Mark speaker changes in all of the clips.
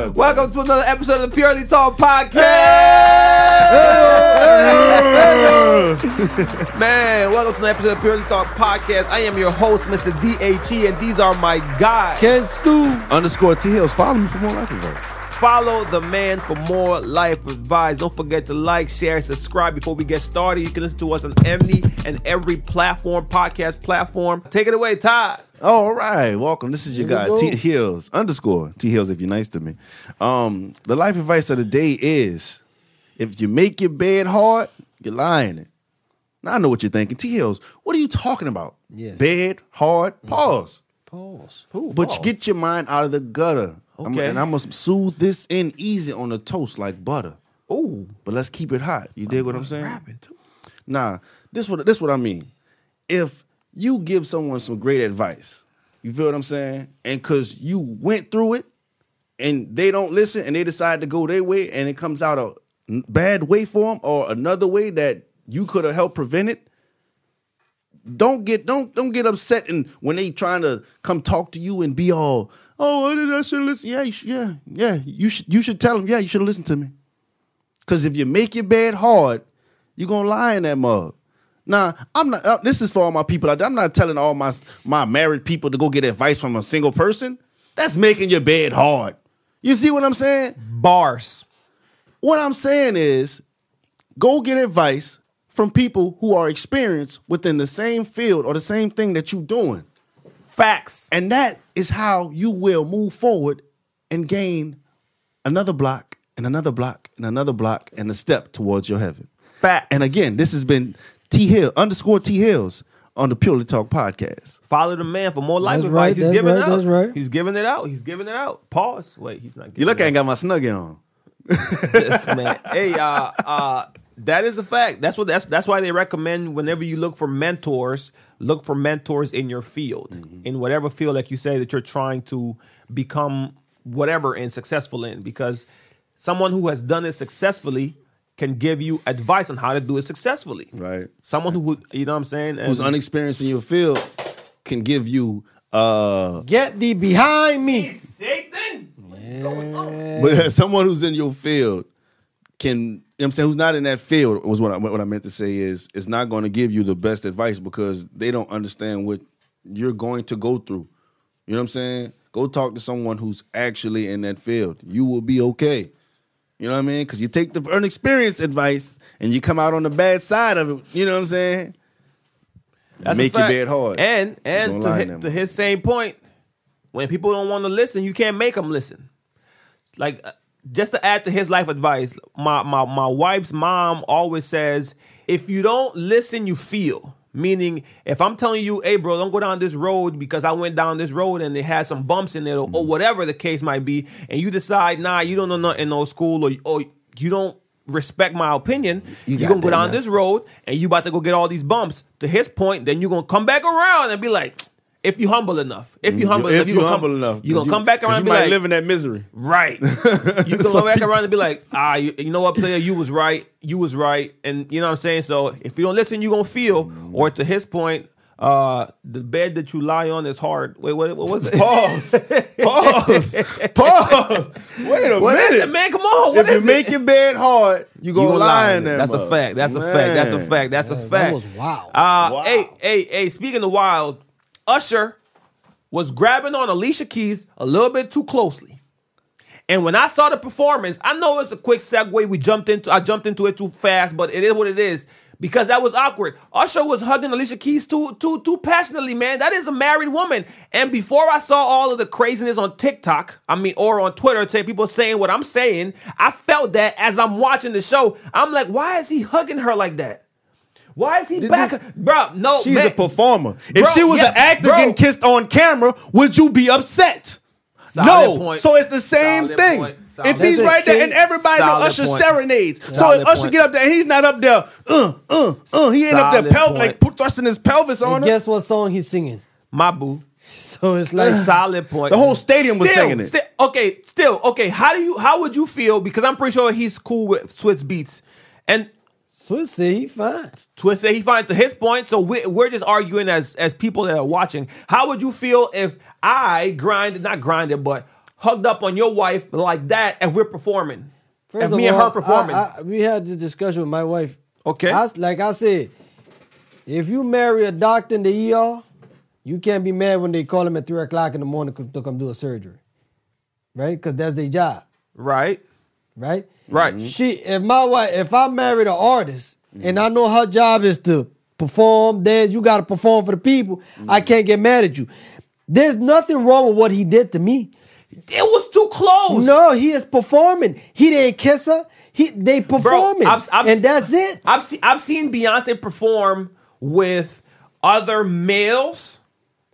Speaker 1: up?
Speaker 2: Welcome to another episode of the Purely Talk Podcast. Man, welcome to another episode of the Purely Talk Podcast. I am your host, Mr. DHE, and these are my guys.
Speaker 1: Ken Stu underscore T Hills. Follow me for more life advice.
Speaker 2: Follow the man for more life advice. Don't forget to like, share, subscribe before we get started. You can listen to us on any and every platform, podcast platform. Take it away, Todd.
Speaker 1: All right, welcome. This is your
Speaker 2: Here we
Speaker 1: guy
Speaker 2: go.
Speaker 1: T Hills underscore T Hills. If you're nice to me, um, the life advice of the day is: if you make your bed hard, you're lying it. Now I know what you're thinking, T Hills. What are you talking about?
Speaker 3: Yes.
Speaker 1: Bed hard.
Speaker 2: Mm-hmm.
Speaker 1: Pause.
Speaker 3: Pause.
Speaker 1: But you get your mind out of the gutter. I'm-
Speaker 2: Okay.
Speaker 1: and I'm gonna soothe this in easy on the toast like butter.
Speaker 2: Ooh,
Speaker 1: But let's keep it hot. You dig what I'm saying?
Speaker 2: rapping too.
Speaker 1: Nah, this what this what I mean. If you give someone some great advice, you feel what I'm saying? And cause you went through it and they don't listen and they decide to go their way and it comes out a n- bad way for them or another way that you could have helped prevent it. Don't get don't don't get upset and when they trying to come talk to you and be all oh I did- I should listen yeah you should, yeah yeah you should you should tell them yeah you should listen to me Cause if you make your bed hard, you gonna lie in that mug. Now, I'm not. uh, this is for all my people out there. I'm not telling all my my married people to go get advice from a single person. That's making your bed hard. You see what I'm saying?
Speaker 2: Bars.
Speaker 1: What I'm saying is, go get advice from people who are experienced within the same field or the same thing that you're doing,
Speaker 2: Facts.
Speaker 1: and that is how you will move forward and gain another block and another block and another block and a step towards your heaven.
Speaker 2: Facts.
Speaker 1: And again, this has been T Hill underscore T Hills on the Purely Talk podcast.
Speaker 2: Follow the man for more life
Speaker 3: That's
Speaker 2: advice.
Speaker 3: right,
Speaker 2: He's
Speaker 3: that's
Speaker 2: giving
Speaker 3: right,
Speaker 2: it out.
Speaker 3: that's right.
Speaker 2: He's giving it out. He's giving it out. Pause. Wait, he's not. Giving
Speaker 1: You look, I ain't
Speaker 2: it
Speaker 1: got my snuggie on.
Speaker 2: out. this man. Hey, uh, uh, that is a fact. That's what. That's that's why they recommend whenever you look for mentors, look for mentors in your field,
Speaker 1: Mm-hmm.
Speaker 2: in whatever field, like you say that you're trying to become whatever and successful in, because someone who has done it successfully can give you advice on how to do it successfully.
Speaker 1: Right.
Speaker 2: Someone who you know what I'm saying
Speaker 1: Who's
Speaker 2: And-
Speaker 1: unexperienced in your field can give you. Uh,
Speaker 3: Get thee behind me.
Speaker 2: Satan. What is going on?
Speaker 1: but someone who's in your field can. You know what I'm saying who's not in that field was what I, what I meant to say is it's not going to give you the best advice because they don't understand what you're going to go through. You know what I'm saying? Go talk to someone who's actually in that field. You will be okay. You know what I mean? Because you take the unexperienced advice and you come out on the bad side of it. You know what I'm saying?
Speaker 2: That's a
Speaker 1: Make your
Speaker 2: fact.
Speaker 1: bed hard.
Speaker 2: And
Speaker 1: Don't
Speaker 2: and to,
Speaker 1: lie
Speaker 2: hi-
Speaker 1: to them.
Speaker 2: to his same point, when people don't want to listen, you can't make them listen. Like uh, just to add to his life advice, my my my wife's mom always says, if you don't listen, you feel. Meaning, if I'm telling you, hey, bro, don't go down this road because I went down this road and it had some bumps in it or,
Speaker 1: Mm.
Speaker 2: or whatever the case might be, and you decide, nah, you don't know nothing in no school or, or you don't respect my opinion,
Speaker 1: You
Speaker 2: you're
Speaker 1: got
Speaker 2: going to go
Speaker 1: that,
Speaker 2: down
Speaker 1: man.
Speaker 2: this road and you about to go get all these bumps. To his point, then you're going to come back around and be like, if you humble enough, if you humble enough,
Speaker 1: Mm, if
Speaker 2: you
Speaker 1: you're
Speaker 2: gonna
Speaker 1: humble
Speaker 2: come,
Speaker 1: enough,
Speaker 2: you gonna come back
Speaker 1: 'cause
Speaker 2: around
Speaker 1: You
Speaker 2: and be
Speaker 1: might
Speaker 2: like,
Speaker 1: live in that misery.
Speaker 2: Right. You can
Speaker 1: So
Speaker 2: go back
Speaker 1: people-
Speaker 2: around and be like, ah, you, you know what, player, you was right. You was right. And you know what I'm saying? So if you don't listen, you're going to feel. Or to his point, uh, the bed that you lie on is hard. Wait, what, what was it?
Speaker 1: Pause. Pause. Pause. Wait a
Speaker 2: What is
Speaker 1: minute.
Speaker 2: it, man? Come on. What
Speaker 1: if you
Speaker 2: is
Speaker 1: make
Speaker 2: it?
Speaker 1: your bed hard, you
Speaker 2: You
Speaker 1: gonna
Speaker 2: gonna
Speaker 1: lie in
Speaker 2: it.
Speaker 1: that.
Speaker 2: That's a
Speaker 1: mug.
Speaker 2: fact. That's a fact. That's a
Speaker 1: Man.
Speaker 2: fact. That's a
Speaker 3: Man,
Speaker 2: fact.
Speaker 3: that was
Speaker 2: Uh,
Speaker 3: wild.
Speaker 1: Wow.
Speaker 2: Hey, hey, hey. Speaking of wild, Usher was grabbing on Alicia Keys a little bit too closely. And when I saw the performance, I know it's a quick segue. We jumped into I jumped into it too fast, but it is what it is. Because that was awkward. Usher was hugging Alicia Keys too too too passionately, man. That is a married woman. And before I saw all of the craziness on TikTok, I mean or on Twitter, t- people saying what I'm saying, I felt that as I'm watching the show. I'm like, why is he hugging her like that? Why is he back? Bro, no.
Speaker 1: She's
Speaker 2: man.
Speaker 1: a performer. If
Speaker 2: Bro,
Speaker 1: she was
Speaker 2: yeah,
Speaker 1: an actor
Speaker 2: bro.
Speaker 1: getting kissed on camera, would you be upset?
Speaker 2: Solid
Speaker 1: no.
Speaker 2: point.
Speaker 1: So it's the same
Speaker 2: Solid
Speaker 1: thing.
Speaker 2: point. Solid
Speaker 1: If he's
Speaker 3: point.
Speaker 1: right there and everybody know
Speaker 2: Solid
Speaker 1: Usher
Speaker 2: point.
Speaker 1: serenades, so
Speaker 2: Solid
Speaker 1: if Usher
Speaker 2: point.
Speaker 1: get up there and he's not up there, uh, uh, uh, he ain't up there
Speaker 2: Solid
Speaker 1: pelvic like
Speaker 2: point.
Speaker 1: put- thrusting his pelvis on
Speaker 3: And
Speaker 1: her.
Speaker 3: guess what song he's singing?
Speaker 2: my boo.
Speaker 3: So it's like
Speaker 2: solid point.
Speaker 1: The whole stadium was
Speaker 2: Still,
Speaker 1: singing it.
Speaker 2: sti- okay, still okay. How do you? How would you feel? Because I'm pretty sure he's cool with Swiss beats, and
Speaker 3: Swiss said he fine.
Speaker 2: Swiss said he finds to his point. So we're, we're just arguing as as people that are watching. How would you feel if I grind, not grinded, but hugged up on your wife like that and we're performing. and
Speaker 3: of
Speaker 2: me and her
Speaker 3: all,
Speaker 2: performing.
Speaker 3: I- I- we had the discussion with my wife.
Speaker 2: Okay.
Speaker 3: I s- like I said, if you marry a doctor in the ER, you can't be mad when they call him at three o'clock in the morning co- to come do a surgery, right? Because that's their job,
Speaker 2: right?
Speaker 3: right?
Speaker 2: Right.
Speaker 3: She, if my wife, if I married an artist and I know her job is to perform, dance, you got to perform for the people. I can't get mad at you. There's nothing wrong with what he did to me.
Speaker 2: It was too close.
Speaker 3: No, he is performing. He didn't kiss her. He they performing,
Speaker 2: I've- I've-
Speaker 3: and that's it.
Speaker 2: I've seen I've seen Beyonce perform with other males,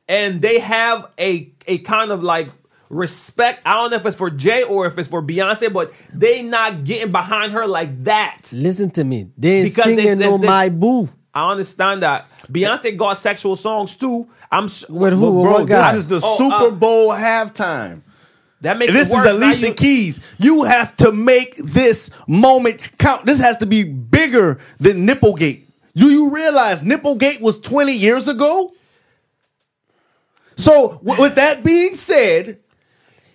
Speaker 2: and they have a a kind of like respect. I don't know if it's for Jay or if it's for Beyonce, but they not getting behind her like that.
Speaker 3: Listen to me. They
Speaker 2: Because
Speaker 3: singing
Speaker 2: this- this-
Speaker 3: on
Speaker 2: this-
Speaker 3: my boo.
Speaker 2: I understand that Beyonce got sexual songs too. I'm s-
Speaker 3: With who?
Speaker 1: But
Speaker 3: With
Speaker 1: bro,
Speaker 3: what guy?
Speaker 1: this is the
Speaker 2: Oh,
Speaker 1: Super
Speaker 2: uh,
Speaker 1: Bowl halftime.
Speaker 2: that makes
Speaker 1: This
Speaker 2: it
Speaker 1: is
Speaker 2: worse. Now
Speaker 1: Alicia
Speaker 2: you-
Speaker 1: Keys. You have to make this moment count. This has to be bigger than Nipplegate. Do you realize Nipplegate was 20 years ago? So wi- with that being said,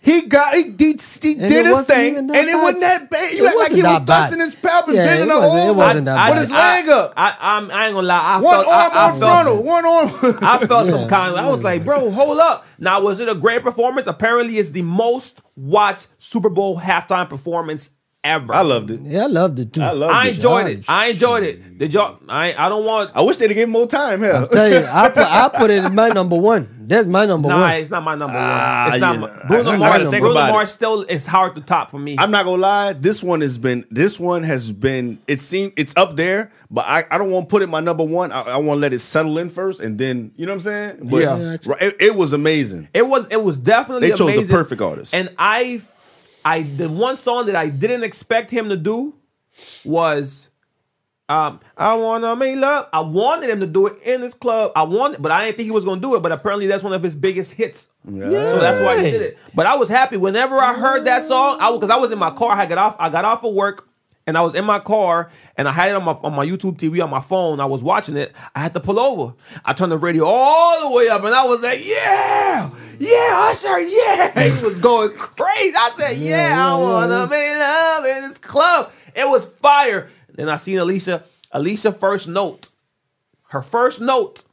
Speaker 1: he got he, did- he
Speaker 3: it
Speaker 1: did his
Speaker 3: wasn't
Speaker 1: thing,
Speaker 3: even
Speaker 1: and
Speaker 3: that
Speaker 1: it
Speaker 3: bad.
Speaker 1: wasn't that bad.
Speaker 3: It
Speaker 1: You act like
Speaker 3: wasn't
Speaker 1: he was
Speaker 3: that bad.
Speaker 1: dusting his palm and
Speaker 3: Yeah,
Speaker 1: bending
Speaker 3: it
Speaker 1: the
Speaker 3: wasn't- it
Speaker 1: over.
Speaker 3: wasn't that
Speaker 1: Put
Speaker 3: bad.
Speaker 1: his leg up.
Speaker 2: I, I'm- I ain't gonna lie. I
Speaker 1: one
Speaker 2: felt,
Speaker 1: arm
Speaker 2: I, I
Speaker 1: on
Speaker 2: felt-
Speaker 1: frontal. One arm.
Speaker 2: I felt
Speaker 3: Yeah.
Speaker 2: some kind. I was like, bro, hold up. Now, was it a great performance? Apparently, it's the most watched Super Bowl halftime performance ever.
Speaker 1: I loved it.
Speaker 3: Yeah, I loved it too.
Speaker 1: I loved
Speaker 2: I
Speaker 1: it.
Speaker 2: enjoyed it.
Speaker 3: Oh,
Speaker 2: I enjoyed it. Did y'all? I I don't want.
Speaker 1: I wish they'd have given more time. Hell,
Speaker 3: Tell you, I put I put it in my number one. That's my number
Speaker 2: Nah,
Speaker 3: one.
Speaker 2: it's not my number one.
Speaker 1: Ah,
Speaker 2: It's not
Speaker 1: yeah.
Speaker 2: my,
Speaker 1: I- I
Speaker 2: Bruno
Speaker 1: gotta
Speaker 2: Mars.
Speaker 1: think
Speaker 2: Bruno
Speaker 1: about it.
Speaker 2: Mars still is hard to top for me.
Speaker 1: I'm not gonna lie. This one has been. This one has been. It seemed it's up there, but I, I don't want to put it my number one. I, I want to let it settle in first, and then you know what I'm saying. But
Speaker 2: Yeah.
Speaker 3: Yeah, I
Speaker 1: right, it, it was amazing.
Speaker 2: It was it was definitely
Speaker 1: They chose the
Speaker 2: amazing.
Speaker 1: perfect artist.
Speaker 2: And I I the one song that I didn't expect him to do was um I wanna make love. I wanted him to do it in his club. I wanted but I didn't think he was gonna do it, but apparently that's one of his biggest hits. So that's why he did it. But I was happy whenever I heard that song. I because I was in my car. I got off. I got off of work, and I was in my car, and I had it on my on my YouTube TV on my phone. I was watching it. I had to pull over. I turned the radio all the way up, and I was like, "Yeah, yeah, Usher, yeah." He was going crazy. I said, "Yeah, I wanna be love in this club." It was fire. Then I seen Alicia. Alicia first note. Her first note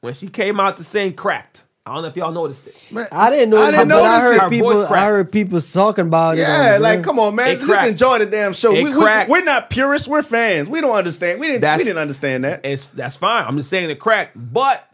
Speaker 2: when she came out to sing "Cracked." I don't know if y'all noticed it.
Speaker 3: I didn't know,
Speaker 1: I
Speaker 3: it,
Speaker 1: didn't
Speaker 3: but I
Speaker 1: notice it.
Speaker 3: heard
Speaker 1: Our
Speaker 3: people.
Speaker 2: voice cracked.
Speaker 3: I heard people talking about it.
Speaker 1: Yeah, like come on,
Speaker 2: It
Speaker 1: man. Just
Speaker 2: cracked.
Speaker 1: enjoy the damn show.
Speaker 2: It
Speaker 1: We, we,
Speaker 2: cracked.
Speaker 1: we're not purists. We're fans. We don't understand. We didn't.
Speaker 2: That's-
Speaker 1: we didn't understand that.
Speaker 2: It's that's fine. I'm just saying it crack. But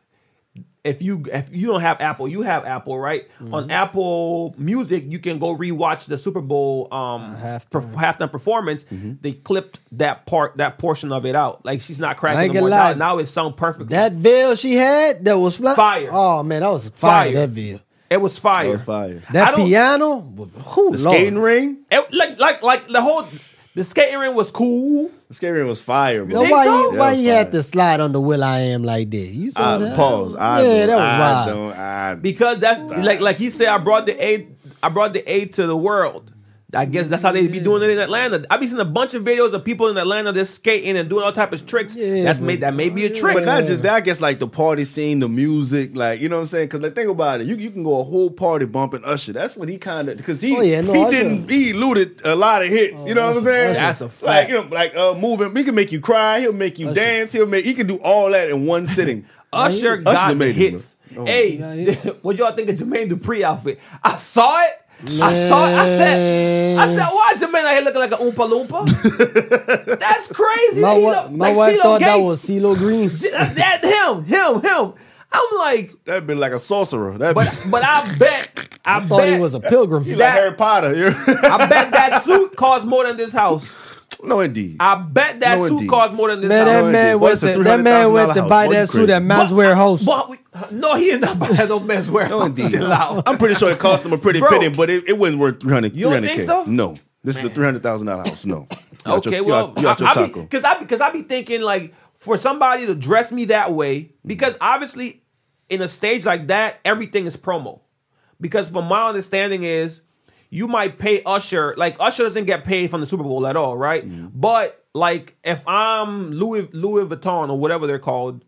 Speaker 2: if you if you don't have Apple, you have Apple, right?
Speaker 3: Mm-hmm.
Speaker 2: On Apple Music, you can go rewatch the Super Bowl um
Speaker 3: halftime.
Speaker 2: per- halftime performance.
Speaker 3: Mm-hmm.
Speaker 2: They clipped that part that portion of it out. Like she's not
Speaker 3: I
Speaker 2: cracking
Speaker 3: ain't
Speaker 2: no more.
Speaker 3: gonna
Speaker 2: Now,
Speaker 3: lie.
Speaker 2: now it sung perfect.
Speaker 3: That veil she had that was fly-
Speaker 2: Fire.
Speaker 3: Oh man, that was fire.
Speaker 2: Fire.
Speaker 3: That veil.
Speaker 2: it was fire.
Speaker 1: That was fire.
Speaker 2: I
Speaker 3: That
Speaker 2: don't-
Speaker 3: piano. Who
Speaker 1: The skating ring.
Speaker 2: It- like like like the whole the skating ring was cool.
Speaker 1: The skating ring was fire, bro.
Speaker 3: Now,
Speaker 2: think
Speaker 3: why
Speaker 2: so?
Speaker 3: you, why
Speaker 1: That was
Speaker 3: you
Speaker 1: fire.
Speaker 3: had to slide on the will I am like that? You saw
Speaker 1: I-
Speaker 3: that?
Speaker 1: pause. I
Speaker 3: yeah,
Speaker 1: don't,
Speaker 3: that was
Speaker 1: I
Speaker 3: wild.
Speaker 1: Don't, I,
Speaker 2: because that's like like he said. I brought the aid. I brought the aid to the world. I guess that's how they be doing it in Atlanta. I be seeing a bunch of videos of people in Atlanta just skating and doing all type of tricks.
Speaker 3: Yeah,
Speaker 2: that's
Speaker 3: but-
Speaker 2: made that may be a trick.
Speaker 1: But not just that, I guess like the party scene, the music, like you know what I'm saying. Because like, think about it, you, you can go a whole party bumping Usher. That's what he kind of because he
Speaker 3: Oh, yeah, no,
Speaker 1: he
Speaker 3: Usher-
Speaker 1: didn't he eluded a lot of hits. you know
Speaker 2: Oh,
Speaker 1: what I'm
Speaker 3: Usher-
Speaker 1: saying?
Speaker 3: Usher.
Speaker 2: That's a
Speaker 1: Like
Speaker 2: fact.
Speaker 1: you know, like uh, moving. He can make you cry. He'll make you dance. He'll make he can do all that in one sitting.
Speaker 2: Usher
Speaker 1: Usher
Speaker 2: got
Speaker 1: made it,
Speaker 2: hits.
Speaker 1: bro. Oh,
Speaker 2: hey,
Speaker 3: got hits.
Speaker 2: what y'all think of Jermaine Dupri outfit? I saw it. I saw it. I said, I said, why is Jermaine out here looking like an oompa loompa? that's crazy.
Speaker 3: My,
Speaker 2: He
Speaker 3: wa-
Speaker 2: look
Speaker 3: my
Speaker 2: like
Speaker 3: wife
Speaker 2: CeeLo
Speaker 3: thought that
Speaker 2: Gates.
Speaker 3: was CeeLo Green.
Speaker 2: That- that him, him, him. I'm like,
Speaker 1: That'd been like a sorcerer. That
Speaker 2: But but I bet I, bet
Speaker 3: thought he was a pilgrim.
Speaker 1: like
Speaker 2: that-
Speaker 1: Harry Potter. you-
Speaker 2: I bet that suit costs more than this house.
Speaker 1: no, indeed.
Speaker 2: I bet that
Speaker 1: No,
Speaker 2: suit
Speaker 1: indeed.
Speaker 2: costs more than this
Speaker 3: Man,
Speaker 2: house.
Speaker 3: that
Speaker 1: Boy,
Speaker 3: man
Speaker 1: boy,
Speaker 3: went
Speaker 1: it's a
Speaker 3: to, that man went to
Speaker 1: $300,000
Speaker 3: buy
Speaker 1: house.
Speaker 3: that
Speaker 1: Boy, you
Speaker 3: suit at
Speaker 1: crazy.
Speaker 3: Miles Warehouse.
Speaker 2: But we, no, he did not buy no man's wear.
Speaker 1: no, indeed.
Speaker 2: Chill out.
Speaker 1: I'm pretty sure it cost him a pretty
Speaker 2: Bro.
Speaker 1: penny, but it, it wasn't worth 300
Speaker 2: You don't
Speaker 1: 300
Speaker 2: think so?
Speaker 1: No, this is a three hundred thousand dollar house. No. You out your-
Speaker 2: okay,
Speaker 1: you
Speaker 2: well,
Speaker 1: out- you out your
Speaker 2: I, I
Speaker 1: taco.
Speaker 2: be, cause I because I be thinking like for somebody to dress me that way because
Speaker 1: Mm-hmm.
Speaker 2: obviously in a stage like that everything is promo. Because from my understanding is you might pay Usher like Usher doesn't get paid from the Super Bowl at all, right? But like if I'm Louis Louis Vuitton or whatever they're called.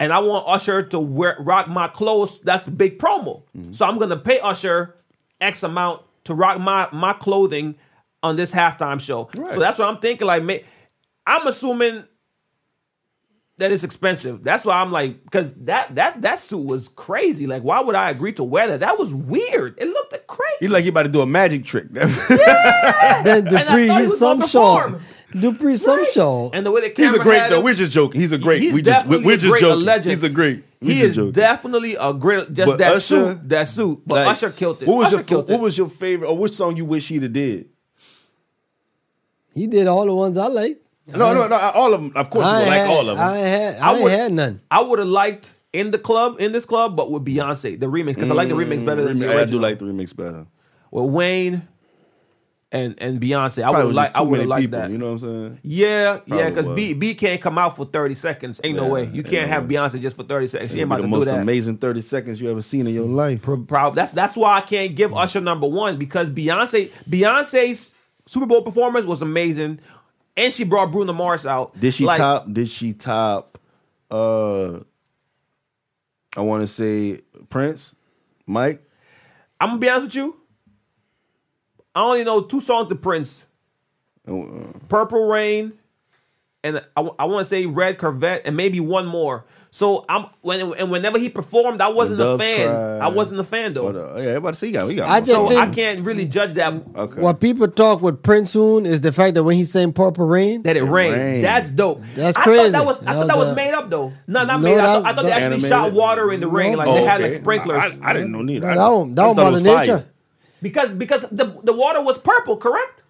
Speaker 2: And I want Usher to wear rock my clothes. That's big promo. So I'm gonna pay Usher X amount to rock my my clothing on this halftime show.
Speaker 1: Right.
Speaker 2: So that's what I'm thinking. Like, ma- I'm assuming that it's expensive. That's why I'm like, because that that that suit was crazy. Like, why would I agree to wear that? That was weird. It looked crazy.
Speaker 1: You like you about to do a magic trick.
Speaker 3: Then
Speaker 2: I
Speaker 3: Dupree,
Speaker 2: thought he
Speaker 3: he's
Speaker 2: was gonna
Speaker 3: some show.
Speaker 2: perform.
Speaker 3: Dupree, some show.
Speaker 2: And the way the camera
Speaker 1: He's a great
Speaker 2: had
Speaker 1: though.
Speaker 2: him-
Speaker 1: We're just joking. He's a great.
Speaker 2: He's
Speaker 1: we just we-
Speaker 2: definitely
Speaker 1: we're
Speaker 2: a
Speaker 1: just
Speaker 2: great, a
Speaker 1: joking.
Speaker 2: legend.
Speaker 1: He's a great. We
Speaker 2: he
Speaker 1: just
Speaker 2: is
Speaker 1: joking.
Speaker 2: definitely a great. Just
Speaker 1: But
Speaker 2: that
Speaker 1: Usher-
Speaker 2: suit, that suit. But
Speaker 1: Like,
Speaker 2: Usher killed it.
Speaker 1: What was
Speaker 2: Usher
Speaker 1: your
Speaker 2: killed
Speaker 1: What
Speaker 2: it.
Speaker 1: was your favorite or which song you wish he'd have did?
Speaker 3: He did all the ones I like.
Speaker 1: No, no, no. All of them. Of course, you
Speaker 3: I
Speaker 1: would
Speaker 3: ain't
Speaker 1: like
Speaker 3: had,
Speaker 1: all of them.
Speaker 3: I ain't had,
Speaker 2: I
Speaker 3: I, ain't
Speaker 2: would-
Speaker 3: had none.
Speaker 2: I would have liked in the club, in this club, but with Beyonce, the remix, because I like the remix better than
Speaker 1: Remix-
Speaker 2: the
Speaker 1: Mm, I
Speaker 2: original.
Speaker 1: do like the remix better.
Speaker 2: with Wayne and and Beyonce. I
Speaker 1: Probably
Speaker 2: would
Speaker 1: was
Speaker 2: like.
Speaker 1: just
Speaker 2: I would
Speaker 1: too many
Speaker 2: have liked
Speaker 1: people.
Speaker 2: that.
Speaker 1: You know what I'm saying?
Speaker 2: Yeah, yeah,
Speaker 1: Probably
Speaker 2: because B
Speaker 1: was.
Speaker 2: B can't come out for thirty seconds. Ain't no
Speaker 1: Yeah,
Speaker 2: way. You
Speaker 1: ain't
Speaker 2: can't
Speaker 1: no
Speaker 2: have
Speaker 1: way.
Speaker 2: Beyonce just for thirty seconds. She ain't
Speaker 1: It'd
Speaker 2: about
Speaker 1: be
Speaker 2: to
Speaker 1: the
Speaker 2: do
Speaker 1: most
Speaker 2: that. Mm-hmm.
Speaker 1: amazing 30 seconds you ever seen in your life.
Speaker 2: Prob- That's that's why I can't give Usher number one because Beyonce Beyonce's Super Bowl performance was amazing, and she brought Bruno Mars out.
Speaker 1: Did she
Speaker 2: Like,
Speaker 1: top? Did she top? Uh, I want to say Prince, Mike.
Speaker 2: I'm gonna be honest with you. I only know two songs to Prince:
Speaker 1: Uh,
Speaker 2: "Purple Rain," and I, want to say "Red Corvette," and maybe one more. So I'm when and whenever he performed, I wasn't a
Speaker 1: Doves
Speaker 2: fan.
Speaker 1: Cry.
Speaker 2: I wasn't a fan though,
Speaker 1: But uh, yeah, everybody see you got. We got.
Speaker 3: I
Speaker 1: one.
Speaker 3: just
Speaker 2: so
Speaker 3: think-
Speaker 2: I can't really judge that
Speaker 1: okay.
Speaker 3: What people talk with Prince Soon is the fact that when he sang Purple Rain,
Speaker 2: that it, rained.
Speaker 1: rained.
Speaker 2: That's dope.
Speaker 3: That's
Speaker 2: I Thought
Speaker 3: crazy.
Speaker 2: that was, I
Speaker 3: That
Speaker 2: thought that
Speaker 3: was
Speaker 2: was
Speaker 3: a-
Speaker 2: made up though. No, not
Speaker 3: No,
Speaker 2: made
Speaker 3: that
Speaker 2: up.
Speaker 3: was-
Speaker 2: I thought they
Speaker 3: that-
Speaker 2: actually
Speaker 1: Animated.
Speaker 2: shot water in the rain, like
Speaker 1: Oh,
Speaker 2: they had like
Speaker 1: okay.
Speaker 2: sprinklers.
Speaker 1: I, I didn't know neither. I
Speaker 3: that
Speaker 1: just-
Speaker 3: one-
Speaker 1: I
Speaker 3: that
Speaker 1: just
Speaker 3: one
Speaker 1: thought it
Speaker 3: Mother
Speaker 1: was fire.
Speaker 3: Nature.
Speaker 2: because because the the water was purple, correct?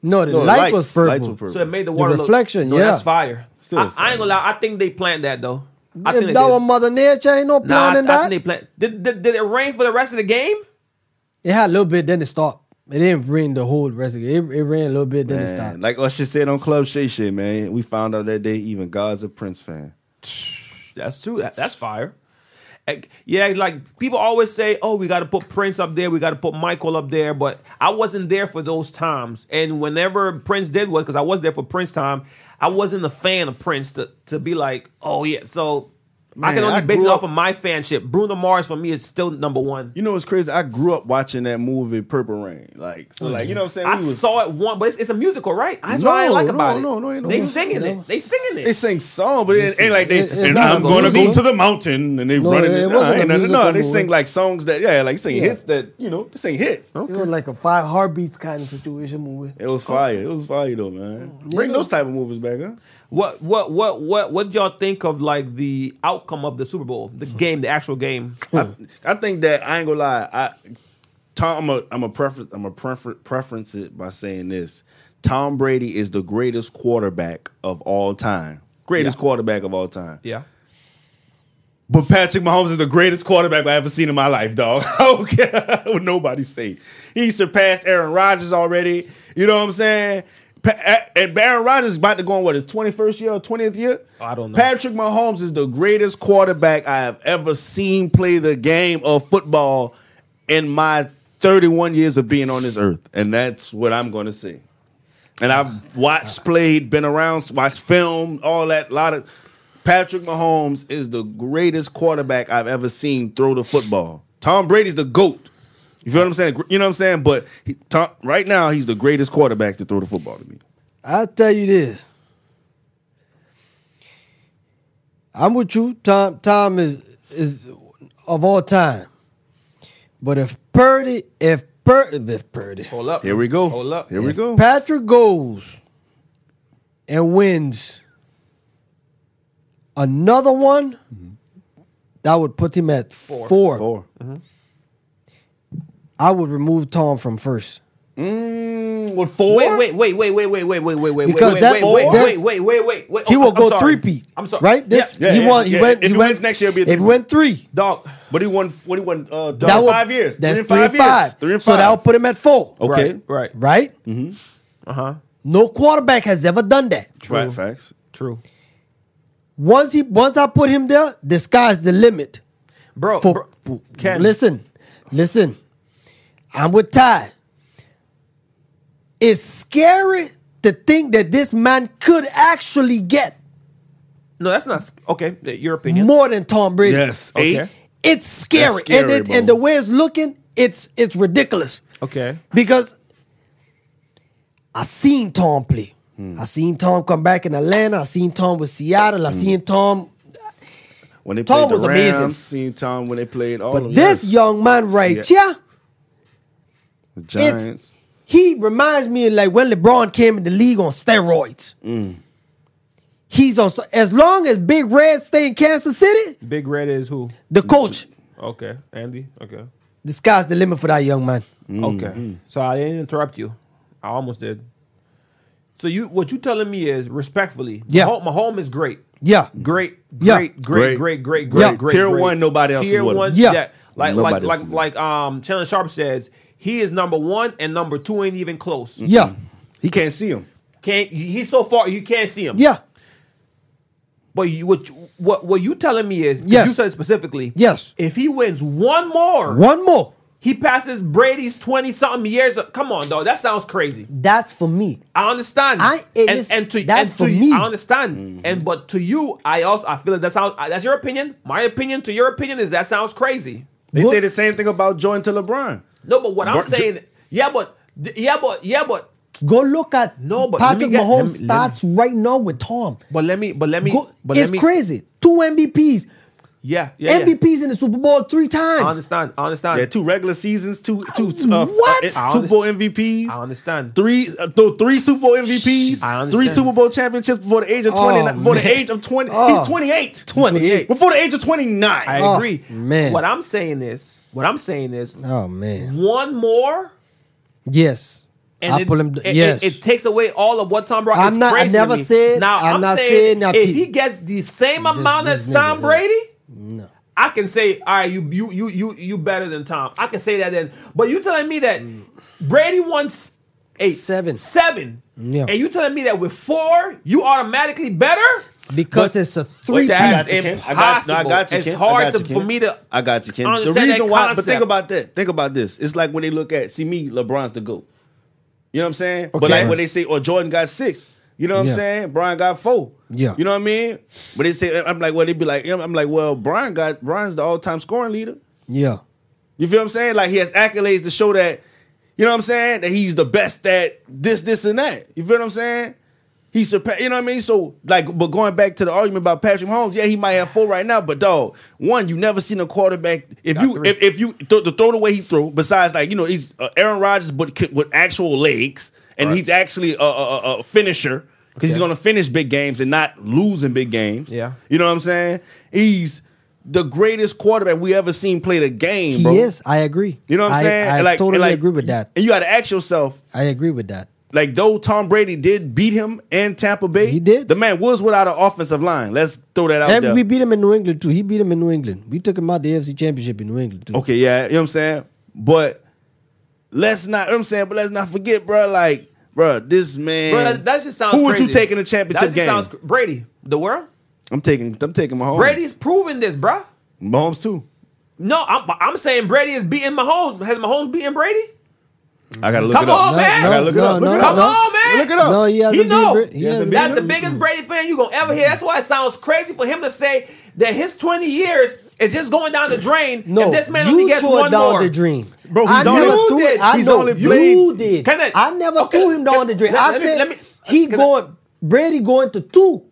Speaker 3: No, the
Speaker 1: No, the
Speaker 3: light
Speaker 1: lights-
Speaker 3: was purple.
Speaker 1: lights were
Speaker 2: So it made the
Speaker 3: The
Speaker 2: water
Speaker 3: reflection,
Speaker 2: Look, no,
Speaker 3: yeah.
Speaker 2: that's fire.
Speaker 1: Still
Speaker 2: I, I
Speaker 1: fire.
Speaker 2: ain't gonna lie. I think they planned that though. I think
Speaker 3: If
Speaker 2: they
Speaker 3: that
Speaker 2: did.
Speaker 3: was Mother Nature, ain't no
Speaker 2: Nah, I,
Speaker 3: planning
Speaker 2: I think they
Speaker 3: that.
Speaker 2: planned. Did, did, did it rain for the rest of the game?
Speaker 3: It had a little bit, then it stopped. It didn't rain the whole rest of it. It, it rained a little bit, then it
Speaker 1: Man,
Speaker 3: stopped.
Speaker 1: like Usher said on Club Shay Shay, man, we found out that day even God's a Prince fan.
Speaker 2: That's true. That, that's fire. Like, Yeah, like people always say, "Oh, we got to put Prince up there. We got to put Michael up there." But I wasn't there for those times. And whenever Prince did what, because I was there for Prince time, I wasn't a fan of Prince to to be like, "Oh yeah." So I
Speaker 1: Man,
Speaker 2: can only
Speaker 1: I
Speaker 2: base it
Speaker 1: grew
Speaker 2: off
Speaker 1: up-
Speaker 2: of my fanship. Bruno Mars for me is still number one.
Speaker 1: You know what's crazy? I grew up watching that movie Purple Rain. Like,
Speaker 3: Oh,
Speaker 1: so like, you know what I'm saying?
Speaker 2: I
Speaker 1: We was-
Speaker 2: saw it one, but it's, it's a musical, right? That's what I ain't
Speaker 1: No,
Speaker 2: like
Speaker 1: no,
Speaker 2: about
Speaker 1: no,
Speaker 2: it.
Speaker 1: no, ain't no
Speaker 2: they
Speaker 1: musical,
Speaker 2: singing
Speaker 3: no.
Speaker 2: it. They singing it.
Speaker 1: They sing song, but it ain't like they.
Speaker 3: It- it's
Speaker 1: and
Speaker 3: not
Speaker 1: I'm
Speaker 3: a
Speaker 1: gonna go
Speaker 3: musical.
Speaker 1: to the mountain, and they
Speaker 3: No,
Speaker 1: running.
Speaker 3: it
Speaker 1: It,
Speaker 3: wasn't a
Speaker 1: no, no,
Speaker 3: musical
Speaker 1: no, they sing
Speaker 3: movie.
Speaker 1: like songs that yeah, like sing
Speaker 3: Yeah. Oh.
Speaker 1: hits that you know, they sing hits.
Speaker 3: It was like a five heartbeats kind of situation movie.
Speaker 1: It was fire. It was fire though, man.
Speaker 3: Oh,
Speaker 1: Bring those type of movies back, huh?
Speaker 2: What what what what what did y'all think of like the outcome of the Super Bowl, the game, the actual game?
Speaker 1: I, I think that I ain't gonna lie. I Tom, I'm a I'm a preference I'm a prefer, preference it by saying this. Tom Brady is the greatest quarterback of all time. Greatest
Speaker 2: Yeah.
Speaker 1: quarterback of all time.
Speaker 2: Yeah,
Speaker 1: But Patrick Mahomes is the greatest quarterback I ever seen in my life, dog. I don't care what nobody say. He surpassed Aaron Rodgers already. You know what I'm saying? Pa- a- and Aaron Rodgers is about to go on what his 21st year or 20th year.
Speaker 2: I don't know.
Speaker 1: Patrick Mahomes is the greatest quarterback I have ever seen play the game of football in my 31 years of being on this earth, and that's what I'm going to say. And I've watched, played, been around, watched film, all that. lot of Patrick Mahomes is the greatest quarterback I've ever seen throw the football. Tom Brady's the goat. You feel what I'm saying? You know what I'm saying? But he, Tom, right now, he's the greatest quarterback to throw the football to me.
Speaker 3: I'll tell you this. I'm with you. Tom Tom is is of all time. But if Purdy, if Pur, if Purdy,
Speaker 2: hold up.
Speaker 1: Here we go.
Speaker 2: Hold up.
Speaker 1: Here we go.
Speaker 3: Patrick goes and wins another one, that would put him at four.
Speaker 1: Mm-hmm. Four.
Speaker 3: I would remove Tom from first.
Speaker 1: Mm, with four?
Speaker 2: Wait, wait, wait, wait, wait, wait, wait, wait, wait, wait,
Speaker 3: Because
Speaker 2: wait,
Speaker 3: that-
Speaker 2: wait, wait,
Speaker 3: that's-
Speaker 2: wait, wait, wait, wait, wait.
Speaker 3: He
Speaker 2: Oh,
Speaker 3: will
Speaker 2: I'm
Speaker 3: go
Speaker 2: sorry.
Speaker 3: three-peat.
Speaker 2: I'm sorry.
Speaker 3: Right? This
Speaker 2: yeah.
Speaker 1: Yeah,
Speaker 3: he
Speaker 1: yeah,
Speaker 3: won. He
Speaker 1: yeah. If
Speaker 3: went. he
Speaker 1: he
Speaker 3: went,
Speaker 1: wins next year, it'll be a
Speaker 3: it
Speaker 1: three.
Speaker 3: went three.
Speaker 2: dog.
Speaker 1: But he won, what he won uh,
Speaker 3: That
Speaker 1: in
Speaker 3: would-
Speaker 1: five years.
Speaker 3: That's
Speaker 1: three in five, years. Three and five.
Speaker 3: So that will put him at four.
Speaker 1: Okay. Mm-hmm.
Speaker 2: Right. right.
Speaker 3: Right?
Speaker 2: Uh huh.
Speaker 3: No quarterback has ever done that.
Speaker 1: Right, facts.
Speaker 2: True.
Speaker 3: Once he once I put him there, the sky's the limit.
Speaker 2: Bro,
Speaker 3: For,
Speaker 2: bro Ken,
Speaker 3: listen, listen. I'm with Ty. It's scary to think that this man could actually get
Speaker 2: No, that's not okay. Your opinion.
Speaker 3: more than Tom Brady.
Speaker 1: Yes.
Speaker 2: Okay.
Speaker 1: Eight.
Speaker 3: It's scary.
Speaker 1: That's scary,
Speaker 3: and it
Speaker 1: bro.
Speaker 3: and the way it's looking, it's it's ridiculous.
Speaker 2: Okay.
Speaker 3: because I seen Tom play.
Speaker 1: Hmm.
Speaker 3: I seen Tom come back in Atlanta. I seen Tom with Seattle. I seen Tom.
Speaker 1: When they
Speaker 3: Tom
Speaker 1: played the
Speaker 3: was
Speaker 1: Rams,
Speaker 3: amazing.
Speaker 1: seen Tom when they played all
Speaker 3: But
Speaker 1: of
Speaker 3: this
Speaker 1: yes.
Speaker 3: young man right
Speaker 1: Yeah.
Speaker 3: here,
Speaker 1: the
Speaker 3: it's-
Speaker 1: Giants.
Speaker 3: he reminds me of like when LeBron came in the league on steroids.
Speaker 1: Hmm.
Speaker 3: He's on st- as long as Big Red stay in Kansas City,
Speaker 2: Big Red is who?
Speaker 3: the
Speaker 1: Hmm.
Speaker 3: coach,
Speaker 2: Okay. Andy. Okay.
Speaker 3: the sky's the limit for that young man.
Speaker 1: Hmm.
Speaker 2: Okay. So I didn't interrupt you. I almost did. So you what you telling me is respectfully,
Speaker 3: Yeah.
Speaker 2: Mahom- Mahomes is great.
Speaker 3: Yeah,
Speaker 1: Hmm.
Speaker 2: Great,
Speaker 3: Yeah.
Speaker 2: great, great,
Speaker 1: Great.
Speaker 2: great, great, great,
Speaker 3: Yeah.
Speaker 2: great.
Speaker 1: Tier
Speaker 2: great.
Speaker 1: one, nobody else is
Speaker 2: Tier
Speaker 1: with him.
Speaker 2: one,
Speaker 3: Yeah.
Speaker 2: yeah. Like like
Speaker 1: Nobody else
Speaker 2: like
Speaker 1: is with
Speaker 2: like um Chandler Sharp says, he is number one and number two ain't even close.
Speaker 3: yeah,
Speaker 1: He can't see him.
Speaker 2: Can't he's so far you can't see him.
Speaker 3: yeah,
Speaker 2: But you what you- what what you telling me is 'cause
Speaker 3: Yes.
Speaker 2: you said it specifically.
Speaker 3: Yes.
Speaker 2: If he wins one more,
Speaker 3: one more.
Speaker 2: he passes Brady's twenty something years. Of, come on, dog. That sounds crazy.
Speaker 3: That's for me.
Speaker 2: I understand.
Speaker 3: I- it
Speaker 2: and,
Speaker 3: is-
Speaker 2: and to
Speaker 3: that's
Speaker 2: and
Speaker 3: for
Speaker 2: to,
Speaker 3: me.
Speaker 2: I understand.
Speaker 1: Mm-hmm.
Speaker 2: And but to you, I also I feel that, that sounds that's your opinion. My opinion to your opinion is that sounds crazy.
Speaker 1: They
Speaker 3: What?
Speaker 1: say the same thing about Jordan to LeBron.
Speaker 2: No, but what I'm
Speaker 1: But-
Speaker 2: saying, yeah, but yeah, but yeah, but
Speaker 3: Go look at
Speaker 2: No, but let me
Speaker 3: Patrick
Speaker 2: get- let me-
Speaker 3: Mahomes
Speaker 2: let me-
Speaker 3: starts right now with Tom.
Speaker 2: but let me but let me
Speaker 3: Go-
Speaker 2: but
Speaker 3: it's
Speaker 2: let me,
Speaker 3: crazy. Two MVPs,
Speaker 2: Yeah, yeah, yeah.
Speaker 3: MVPs in the Super Bowl three
Speaker 2: I
Speaker 3: times.
Speaker 2: understand. I understand.
Speaker 1: Yeah, two regular seasons, two two uh,
Speaker 3: What?
Speaker 1: uh,
Speaker 2: I
Speaker 1: Super Bowl MVPs.
Speaker 2: I understand.
Speaker 1: Three, uh, no, three Super Bowl MVPs,
Speaker 2: I understand.
Speaker 1: three Super Bowl championships before the age of twenty.
Speaker 3: Oh,
Speaker 1: before
Speaker 3: man.
Speaker 1: the age of twenty,
Speaker 3: Oh.
Speaker 1: he's twenty eight.
Speaker 3: 28.
Speaker 1: Before the age of twenty nine.
Speaker 2: I
Speaker 3: Oh,
Speaker 2: agree.
Speaker 3: man.
Speaker 2: What I'm saying is, what I'm saying is,
Speaker 3: Oh man.
Speaker 2: one more.
Speaker 3: Yes. I
Speaker 2: it-
Speaker 3: pull him.
Speaker 2: It,
Speaker 3: yes.
Speaker 2: it, it takes away all of what Tom Brady.
Speaker 3: I'm
Speaker 2: is
Speaker 3: not- I
Speaker 2: crazy to
Speaker 3: never
Speaker 2: me.
Speaker 3: said-
Speaker 2: Now
Speaker 3: I'm
Speaker 2: I'm
Speaker 3: not
Speaker 2: saying,
Speaker 3: saying that
Speaker 2: if
Speaker 3: he-
Speaker 2: he gets the same amount
Speaker 3: this
Speaker 2: as Tom
Speaker 3: nigga,
Speaker 2: Brady,
Speaker 3: no.
Speaker 2: I can say, all right, you you you you you better than Tom. I can say that then. But you telling me that Brady won s- eight
Speaker 3: Mm. Seven.
Speaker 2: seven,
Speaker 3: Yeah.
Speaker 2: and you telling me that with four you automatically better?
Speaker 3: Because
Speaker 1: But-
Speaker 3: it's a
Speaker 2: Wait,
Speaker 3: three.
Speaker 2: that-
Speaker 3: piece.
Speaker 2: That's impossible. It's
Speaker 1: Ken.
Speaker 2: hard
Speaker 1: I got
Speaker 2: to-
Speaker 1: Ken.
Speaker 2: for me to
Speaker 1: I got you, Ken. The
Speaker 2: understand
Speaker 1: reason
Speaker 2: that
Speaker 1: why, but
Speaker 2: concept.
Speaker 1: think about that. Think about this. It's like when they look at, see me, LeBron's the goat. You know what I'm saying? But
Speaker 3: Okay.
Speaker 1: like when they say, or Jordan got six. You know what
Speaker 3: Yeah.
Speaker 1: I'm saying? Brian got four.
Speaker 3: Yeah.
Speaker 1: You know what I mean? But they say, I'm like, well, they be like, I'm like, well, Brian got Brian's the all time scoring leader.
Speaker 3: Yeah.
Speaker 1: You feel what I'm saying? Like he has accolades to show that, you know what I'm saying? That he's the best at this, this, and that. You feel what I'm saying? He surpassed, you know what I mean? So, like, but going back to the argument about Patrick Holmes, yeah, he might have four right now, but dog, one, you never seen a quarterback. If
Speaker 2: Got
Speaker 1: you
Speaker 2: three.
Speaker 1: if, if you th- the throw the way he threw, besides like you know he's uh, Aaron Rodgers, but c- with actual legs, and
Speaker 2: Right.
Speaker 1: he's actually a, a, a- a finisher because he's
Speaker 2: Okay.
Speaker 1: gonna finish big games and not lose in big games.
Speaker 2: Yeah.
Speaker 1: you know what I'm saying? He's the greatest quarterback we ever seen play the game, bro.
Speaker 3: Yes, I agree.
Speaker 1: You know what I'm
Speaker 3: I,
Speaker 1: saying?
Speaker 3: I
Speaker 1: And like-
Speaker 3: totally
Speaker 1: and like-
Speaker 3: agree with that.
Speaker 1: And you got to ask yourself,
Speaker 3: I agree with that.
Speaker 1: like, though Tom Brady did beat him and Tampa Bay,
Speaker 3: He did.
Speaker 1: The man was without an offensive line. Let's throw that out
Speaker 3: And
Speaker 1: there.
Speaker 3: we beat him in New England too. He beat him in New England. We took him out the AFC Championship in New England too.
Speaker 1: okay, yeah, you know what I'm saying. But let's not. You know what I'm saying, but let's not forget, bro. Like, bro, this man.
Speaker 2: Bro, that, that just sounds.
Speaker 1: Who would you
Speaker 2: crazy.
Speaker 1: take in the
Speaker 2: That
Speaker 1: championship
Speaker 2: just
Speaker 1: game?
Speaker 2: sounds cr- Brady, the world.
Speaker 1: I'm taking. I'm taking Mahomes.
Speaker 2: Brady's proven this, bruh.
Speaker 1: Mahomes too.
Speaker 2: No, I'm, I'm saying Brady is beating Mahomes. Has Mahomes beaten Brady?
Speaker 1: I gotta look
Speaker 2: Come
Speaker 1: it up.
Speaker 2: on, man.
Speaker 1: I gotta look it up.
Speaker 3: No,
Speaker 1: look it
Speaker 3: no,
Speaker 1: up.
Speaker 2: Come on, man.
Speaker 1: Look it up.
Speaker 3: No, he hasn't
Speaker 2: He know.
Speaker 3: been. He
Speaker 1: He hasn't
Speaker 3: hasn't
Speaker 1: been
Speaker 2: That's the
Speaker 3: mm.
Speaker 2: biggest Brady fan you're gonna ever hear. That's why it sounds crazy for him to say that his 20 years is just going down the drain.
Speaker 3: No,
Speaker 2: if this man
Speaker 3: you
Speaker 2: only gets
Speaker 3: tore
Speaker 2: one
Speaker 3: down
Speaker 2: more.
Speaker 3: the dream.
Speaker 1: Bro, he's
Speaker 3: I
Speaker 1: only-
Speaker 3: never
Speaker 2: You
Speaker 3: threw
Speaker 2: did.
Speaker 3: it. I
Speaker 1: He's
Speaker 3: know
Speaker 1: only
Speaker 3: you
Speaker 1: played-
Speaker 3: did.
Speaker 2: Can I-
Speaker 3: I never
Speaker 2: okay,
Speaker 3: threw him down
Speaker 2: can-
Speaker 3: the drain.
Speaker 2: let-
Speaker 3: I
Speaker 2: let me-
Speaker 3: said
Speaker 2: let me-
Speaker 3: he
Speaker 2: can I-
Speaker 3: going Brady going to two.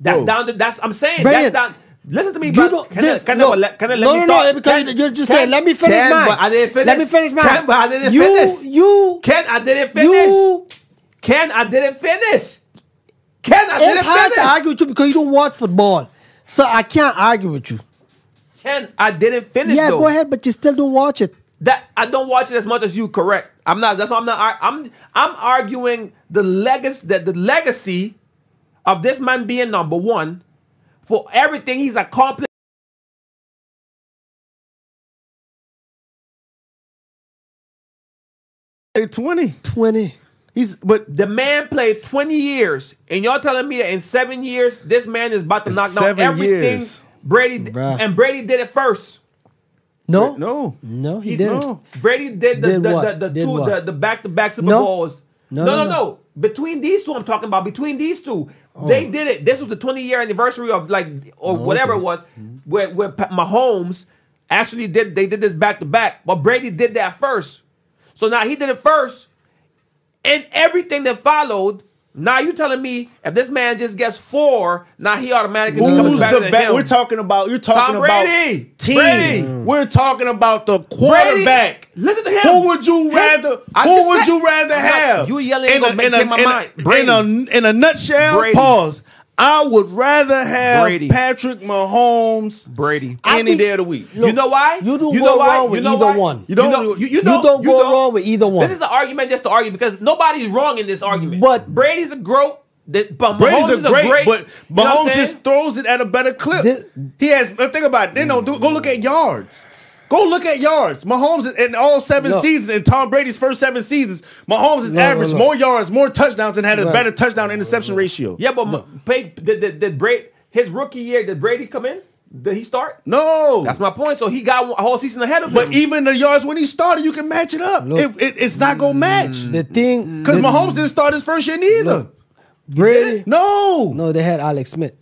Speaker 2: That's
Speaker 1: Bro.
Speaker 2: down the that's I'm saying that's
Speaker 3: Brian,
Speaker 2: down. Listen to me,
Speaker 3: You
Speaker 2: bro.
Speaker 3: don't-
Speaker 2: Can I-
Speaker 3: this-
Speaker 2: can I
Speaker 3: no.
Speaker 2: let- can I let
Speaker 3: No,
Speaker 2: me
Speaker 3: no, no,
Speaker 2: talk?
Speaker 3: because
Speaker 2: Can-
Speaker 3: you just said,
Speaker 2: can-
Speaker 3: let me finish
Speaker 2: can,
Speaker 3: mine.
Speaker 2: But I didn't finish.
Speaker 3: Let me finish mine.
Speaker 2: Can, but I didn't
Speaker 3: you,
Speaker 2: finish.
Speaker 3: You,
Speaker 2: Ken, I didn't finish.
Speaker 3: you.
Speaker 2: Ken, I didn't finish. Ken, I didn't
Speaker 3: It's hard to
Speaker 2: finish.
Speaker 3: argue with you because you don't watch football, so I can't argue with you.
Speaker 2: Ken, I didn't finish.
Speaker 3: Yeah,
Speaker 2: though.
Speaker 3: go ahead, but you still don't watch it.
Speaker 2: that I don't watch it as much as you. Correct. I'm not. That's why I'm not. ar- I'm I'm arguing the legacy that the legacy of this man being number one for everything he's accomplished.
Speaker 1: Hey, Twenty.
Speaker 3: Twenty.
Speaker 1: He's but
Speaker 2: The man played 20 years, and y'all telling me that in seven years this man is about to
Speaker 1: In
Speaker 2: knock down
Speaker 1: seven
Speaker 2: everything
Speaker 1: years.
Speaker 2: Brady
Speaker 3: Bruh.
Speaker 2: and Brady did it first.
Speaker 3: No,
Speaker 1: no.
Speaker 3: no, he didn't.
Speaker 1: no.
Speaker 2: Brady did the
Speaker 3: Did
Speaker 2: the,
Speaker 3: what?
Speaker 2: the, the
Speaker 3: Did
Speaker 2: two
Speaker 3: what?
Speaker 2: the, the back-to-back Super
Speaker 3: No.
Speaker 2: Bowls.
Speaker 3: No,
Speaker 2: No no,
Speaker 3: no,
Speaker 2: no
Speaker 3: no.
Speaker 2: Between these two, I'm talking about between these two, they did it. This was the 20 year anniversary of like or whatever
Speaker 3: Oh. okay.
Speaker 2: it was, where where Pa- Mahomes actually did they did this back to back, but Brady did that first. So now he did it first, and everything that followed. Now you telling me if this man just gets four, now he automatically becomes
Speaker 1: Who's
Speaker 2: better
Speaker 1: the
Speaker 2: than
Speaker 1: best?
Speaker 2: him.
Speaker 1: We're talking about you're talking
Speaker 2: Tom
Speaker 1: about
Speaker 2: Brady.
Speaker 1: team.
Speaker 2: Brady.
Speaker 1: We're talking about the
Speaker 2: Brady-
Speaker 1: quarterback.
Speaker 2: Listen to him.
Speaker 1: Who would you
Speaker 2: His-
Speaker 1: rather?
Speaker 2: I
Speaker 1: who
Speaker 2: just
Speaker 1: would
Speaker 2: said-
Speaker 1: you rather
Speaker 2: I'm not-
Speaker 1: have?
Speaker 2: you yelling ain't gonna make change my
Speaker 1: in
Speaker 2: mind.
Speaker 1: A,
Speaker 2: Brady.
Speaker 1: in a in a nutshell,
Speaker 2: Brady.
Speaker 1: pause. I would rather have
Speaker 2: Brady.
Speaker 1: Patrick Mahomes
Speaker 2: Brady.
Speaker 3: I
Speaker 1: any
Speaker 3: think-
Speaker 1: day of the week.
Speaker 2: you know why?
Speaker 3: You do
Speaker 2: you
Speaker 3: go
Speaker 2: know why?
Speaker 3: wrong with
Speaker 2: you know
Speaker 3: either
Speaker 2: why?
Speaker 3: one.
Speaker 2: You
Speaker 1: You
Speaker 2: don't.
Speaker 1: don't-
Speaker 2: You, you
Speaker 1: you
Speaker 2: don't.
Speaker 3: don't go wrong with either one.
Speaker 2: This is an argument just to argue because nobody's wrong in this argument.
Speaker 3: But-
Speaker 2: Brady's a goat. That, but
Speaker 1: Brady's
Speaker 2: Mahomes
Speaker 1: a
Speaker 2: you know
Speaker 1: great, but
Speaker 2: what I'm
Speaker 1: Mahomes
Speaker 2: saying?
Speaker 1: just throws it at a better clip.
Speaker 3: This-
Speaker 1: he has. Think about it. Then don't do, go look at yards. Go look at yards. Mahomes in all seven
Speaker 3: Look.
Speaker 1: seasons, in Tom Brady's first seven seasons, Mahomes has
Speaker 3: No, no,
Speaker 1: averaged
Speaker 3: no.
Speaker 1: more yards, more touchdowns, and had a
Speaker 3: Right.
Speaker 1: better touchdown interception ratio.
Speaker 2: Yeah, but Ma- Pay, did, did, did Brady his rookie year? Did Brady come in? Did he start?
Speaker 1: No,
Speaker 2: That's my point. So he got one- a whole season ahead of
Speaker 1: but
Speaker 2: him.
Speaker 1: even the yards when he started, you can match it up.
Speaker 3: Look. Mm.
Speaker 1: It, it, it's not gonna match
Speaker 3: The
Speaker 2: Mm.
Speaker 3: thing
Speaker 1: because
Speaker 3: the-
Speaker 1: Mahomes didn't start his first year neither.
Speaker 3: Brady.
Speaker 1: No,
Speaker 3: No, they had Alex Smith.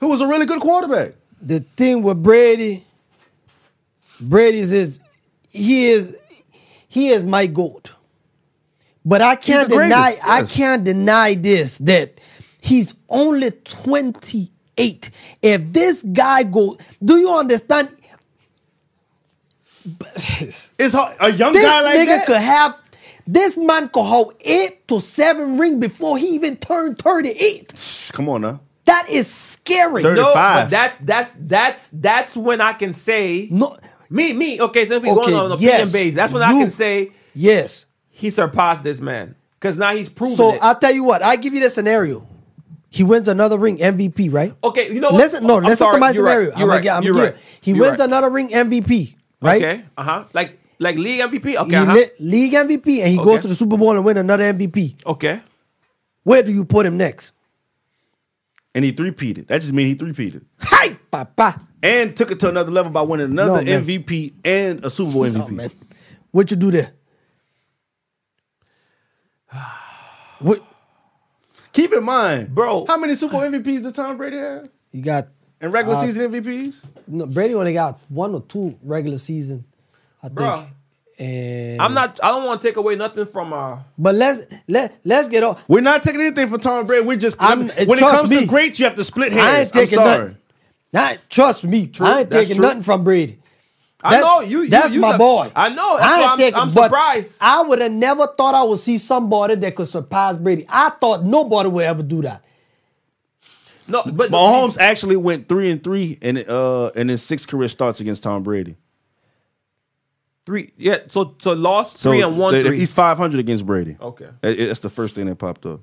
Speaker 1: who was a really good quarterback.
Speaker 3: The thing with Brady, Brady's is he is he is my goat. But I can't
Speaker 1: the
Speaker 3: deny
Speaker 1: greatest,
Speaker 3: I
Speaker 1: yes.
Speaker 3: can't deny this that he's only 28. If this guy go, do you understand?
Speaker 1: It's hard, a young
Speaker 3: this
Speaker 1: guy like
Speaker 3: nigga
Speaker 1: that.
Speaker 3: could have this man could hold eight to seven ring before he even turned 38.
Speaker 1: Come on now.
Speaker 3: That is scary.
Speaker 1: Thirty-
Speaker 2: no, but
Speaker 1: 35.
Speaker 2: that's that's that's that's when I can say
Speaker 3: No,
Speaker 2: me me. Okay, so if we
Speaker 3: Okay,
Speaker 2: going on an opinion
Speaker 3: yes.
Speaker 2: base, that's when I
Speaker 3: You-
Speaker 2: can say
Speaker 3: yes.
Speaker 2: he surpassed this man because now he's proven
Speaker 3: So
Speaker 2: it.
Speaker 3: I'll tell you what, I give you the scenario. He wins another ring MVP, right?
Speaker 2: Okay, you know what?
Speaker 3: Listen, no,
Speaker 2: Oh, I'm
Speaker 3: listen
Speaker 2: sorry.
Speaker 3: to my
Speaker 2: You're
Speaker 3: scenario.
Speaker 2: right. You're
Speaker 3: I'm
Speaker 2: right.
Speaker 3: gonna, get- I'm
Speaker 2: You're
Speaker 3: gonna
Speaker 2: right.
Speaker 3: get- He
Speaker 2: You're
Speaker 3: wins
Speaker 2: right.
Speaker 3: another ring MVP, right?
Speaker 2: Okay, uh huh. Like like league MVP. Okay,
Speaker 3: He
Speaker 2: uh-huh.
Speaker 3: lit league MVP and he goes
Speaker 2: Okay.
Speaker 3: to the Super Bowl and win another MVP.
Speaker 2: okay.
Speaker 3: Where do you put him next?
Speaker 1: And he three-peated. That just means he three-peated.
Speaker 3: Hi, papa.
Speaker 1: and took it to another level by winning another
Speaker 3: No, man.
Speaker 1: MVP and a Super Bowl
Speaker 3: Oh,
Speaker 1: MVP.
Speaker 3: man. What you do there? What
Speaker 1: Keep in mind,
Speaker 2: Bro.
Speaker 1: how many Super Bowl MVPs did Tom Brady have?
Speaker 3: you got?
Speaker 1: And regular
Speaker 3: Uh,
Speaker 1: season MVPs?
Speaker 3: No, Brady only got one or two regular season, I think.
Speaker 2: Bruh.
Speaker 3: And
Speaker 2: I'm not. I don't want to take away nothing from. Uh,
Speaker 3: But let's let let's get off.
Speaker 1: We're not taking anything from Tom Brady. We're just
Speaker 3: I'm-
Speaker 1: when it
Speaker 3: trust
Speaker 1: comes
Speaker 3: me.
Speaker 1: to greats, you have to split
Speaker 3: I ain't
Speaker 1: hairs. I'm
Speaker 3: taking
Speaker 1: sorry.
Speaker 3: nothing. Not trust me. I ain't
Speaker 2: That's
Speaker 3: taking
Speaker 2: true.
Speaker 3: nothing from Brady.
Speaker 2: I
Speaker 3: That's-
Speaker 2: know you. you
Speaker 3: that's
Speaker 2: you
Speaker 3: my
Speaker 2: su-
Speaker 3: boy.
Speaker 2: I know. That's why I'm, I'm
Speaker 3: but
Speaker 2: surprised.
Speaker 3: I would have never thought I would see somebody that could surpass Brady. I thought nobody would ever do that.
Speaker 2: no, but
Speaker 1: Mahomes actually went three and three in uh in his six career starts against Tom Brady.
Speaker 2: three. Yeah. So so lost
Speaker 1: So
Speaker 2: three and one
Speaker 1: if
Speaker 2: three.
Speaker 1: he's five hundred against Brady.
Speaker 2: Okay.
Speaker 1: That- that's the first thing that popped up.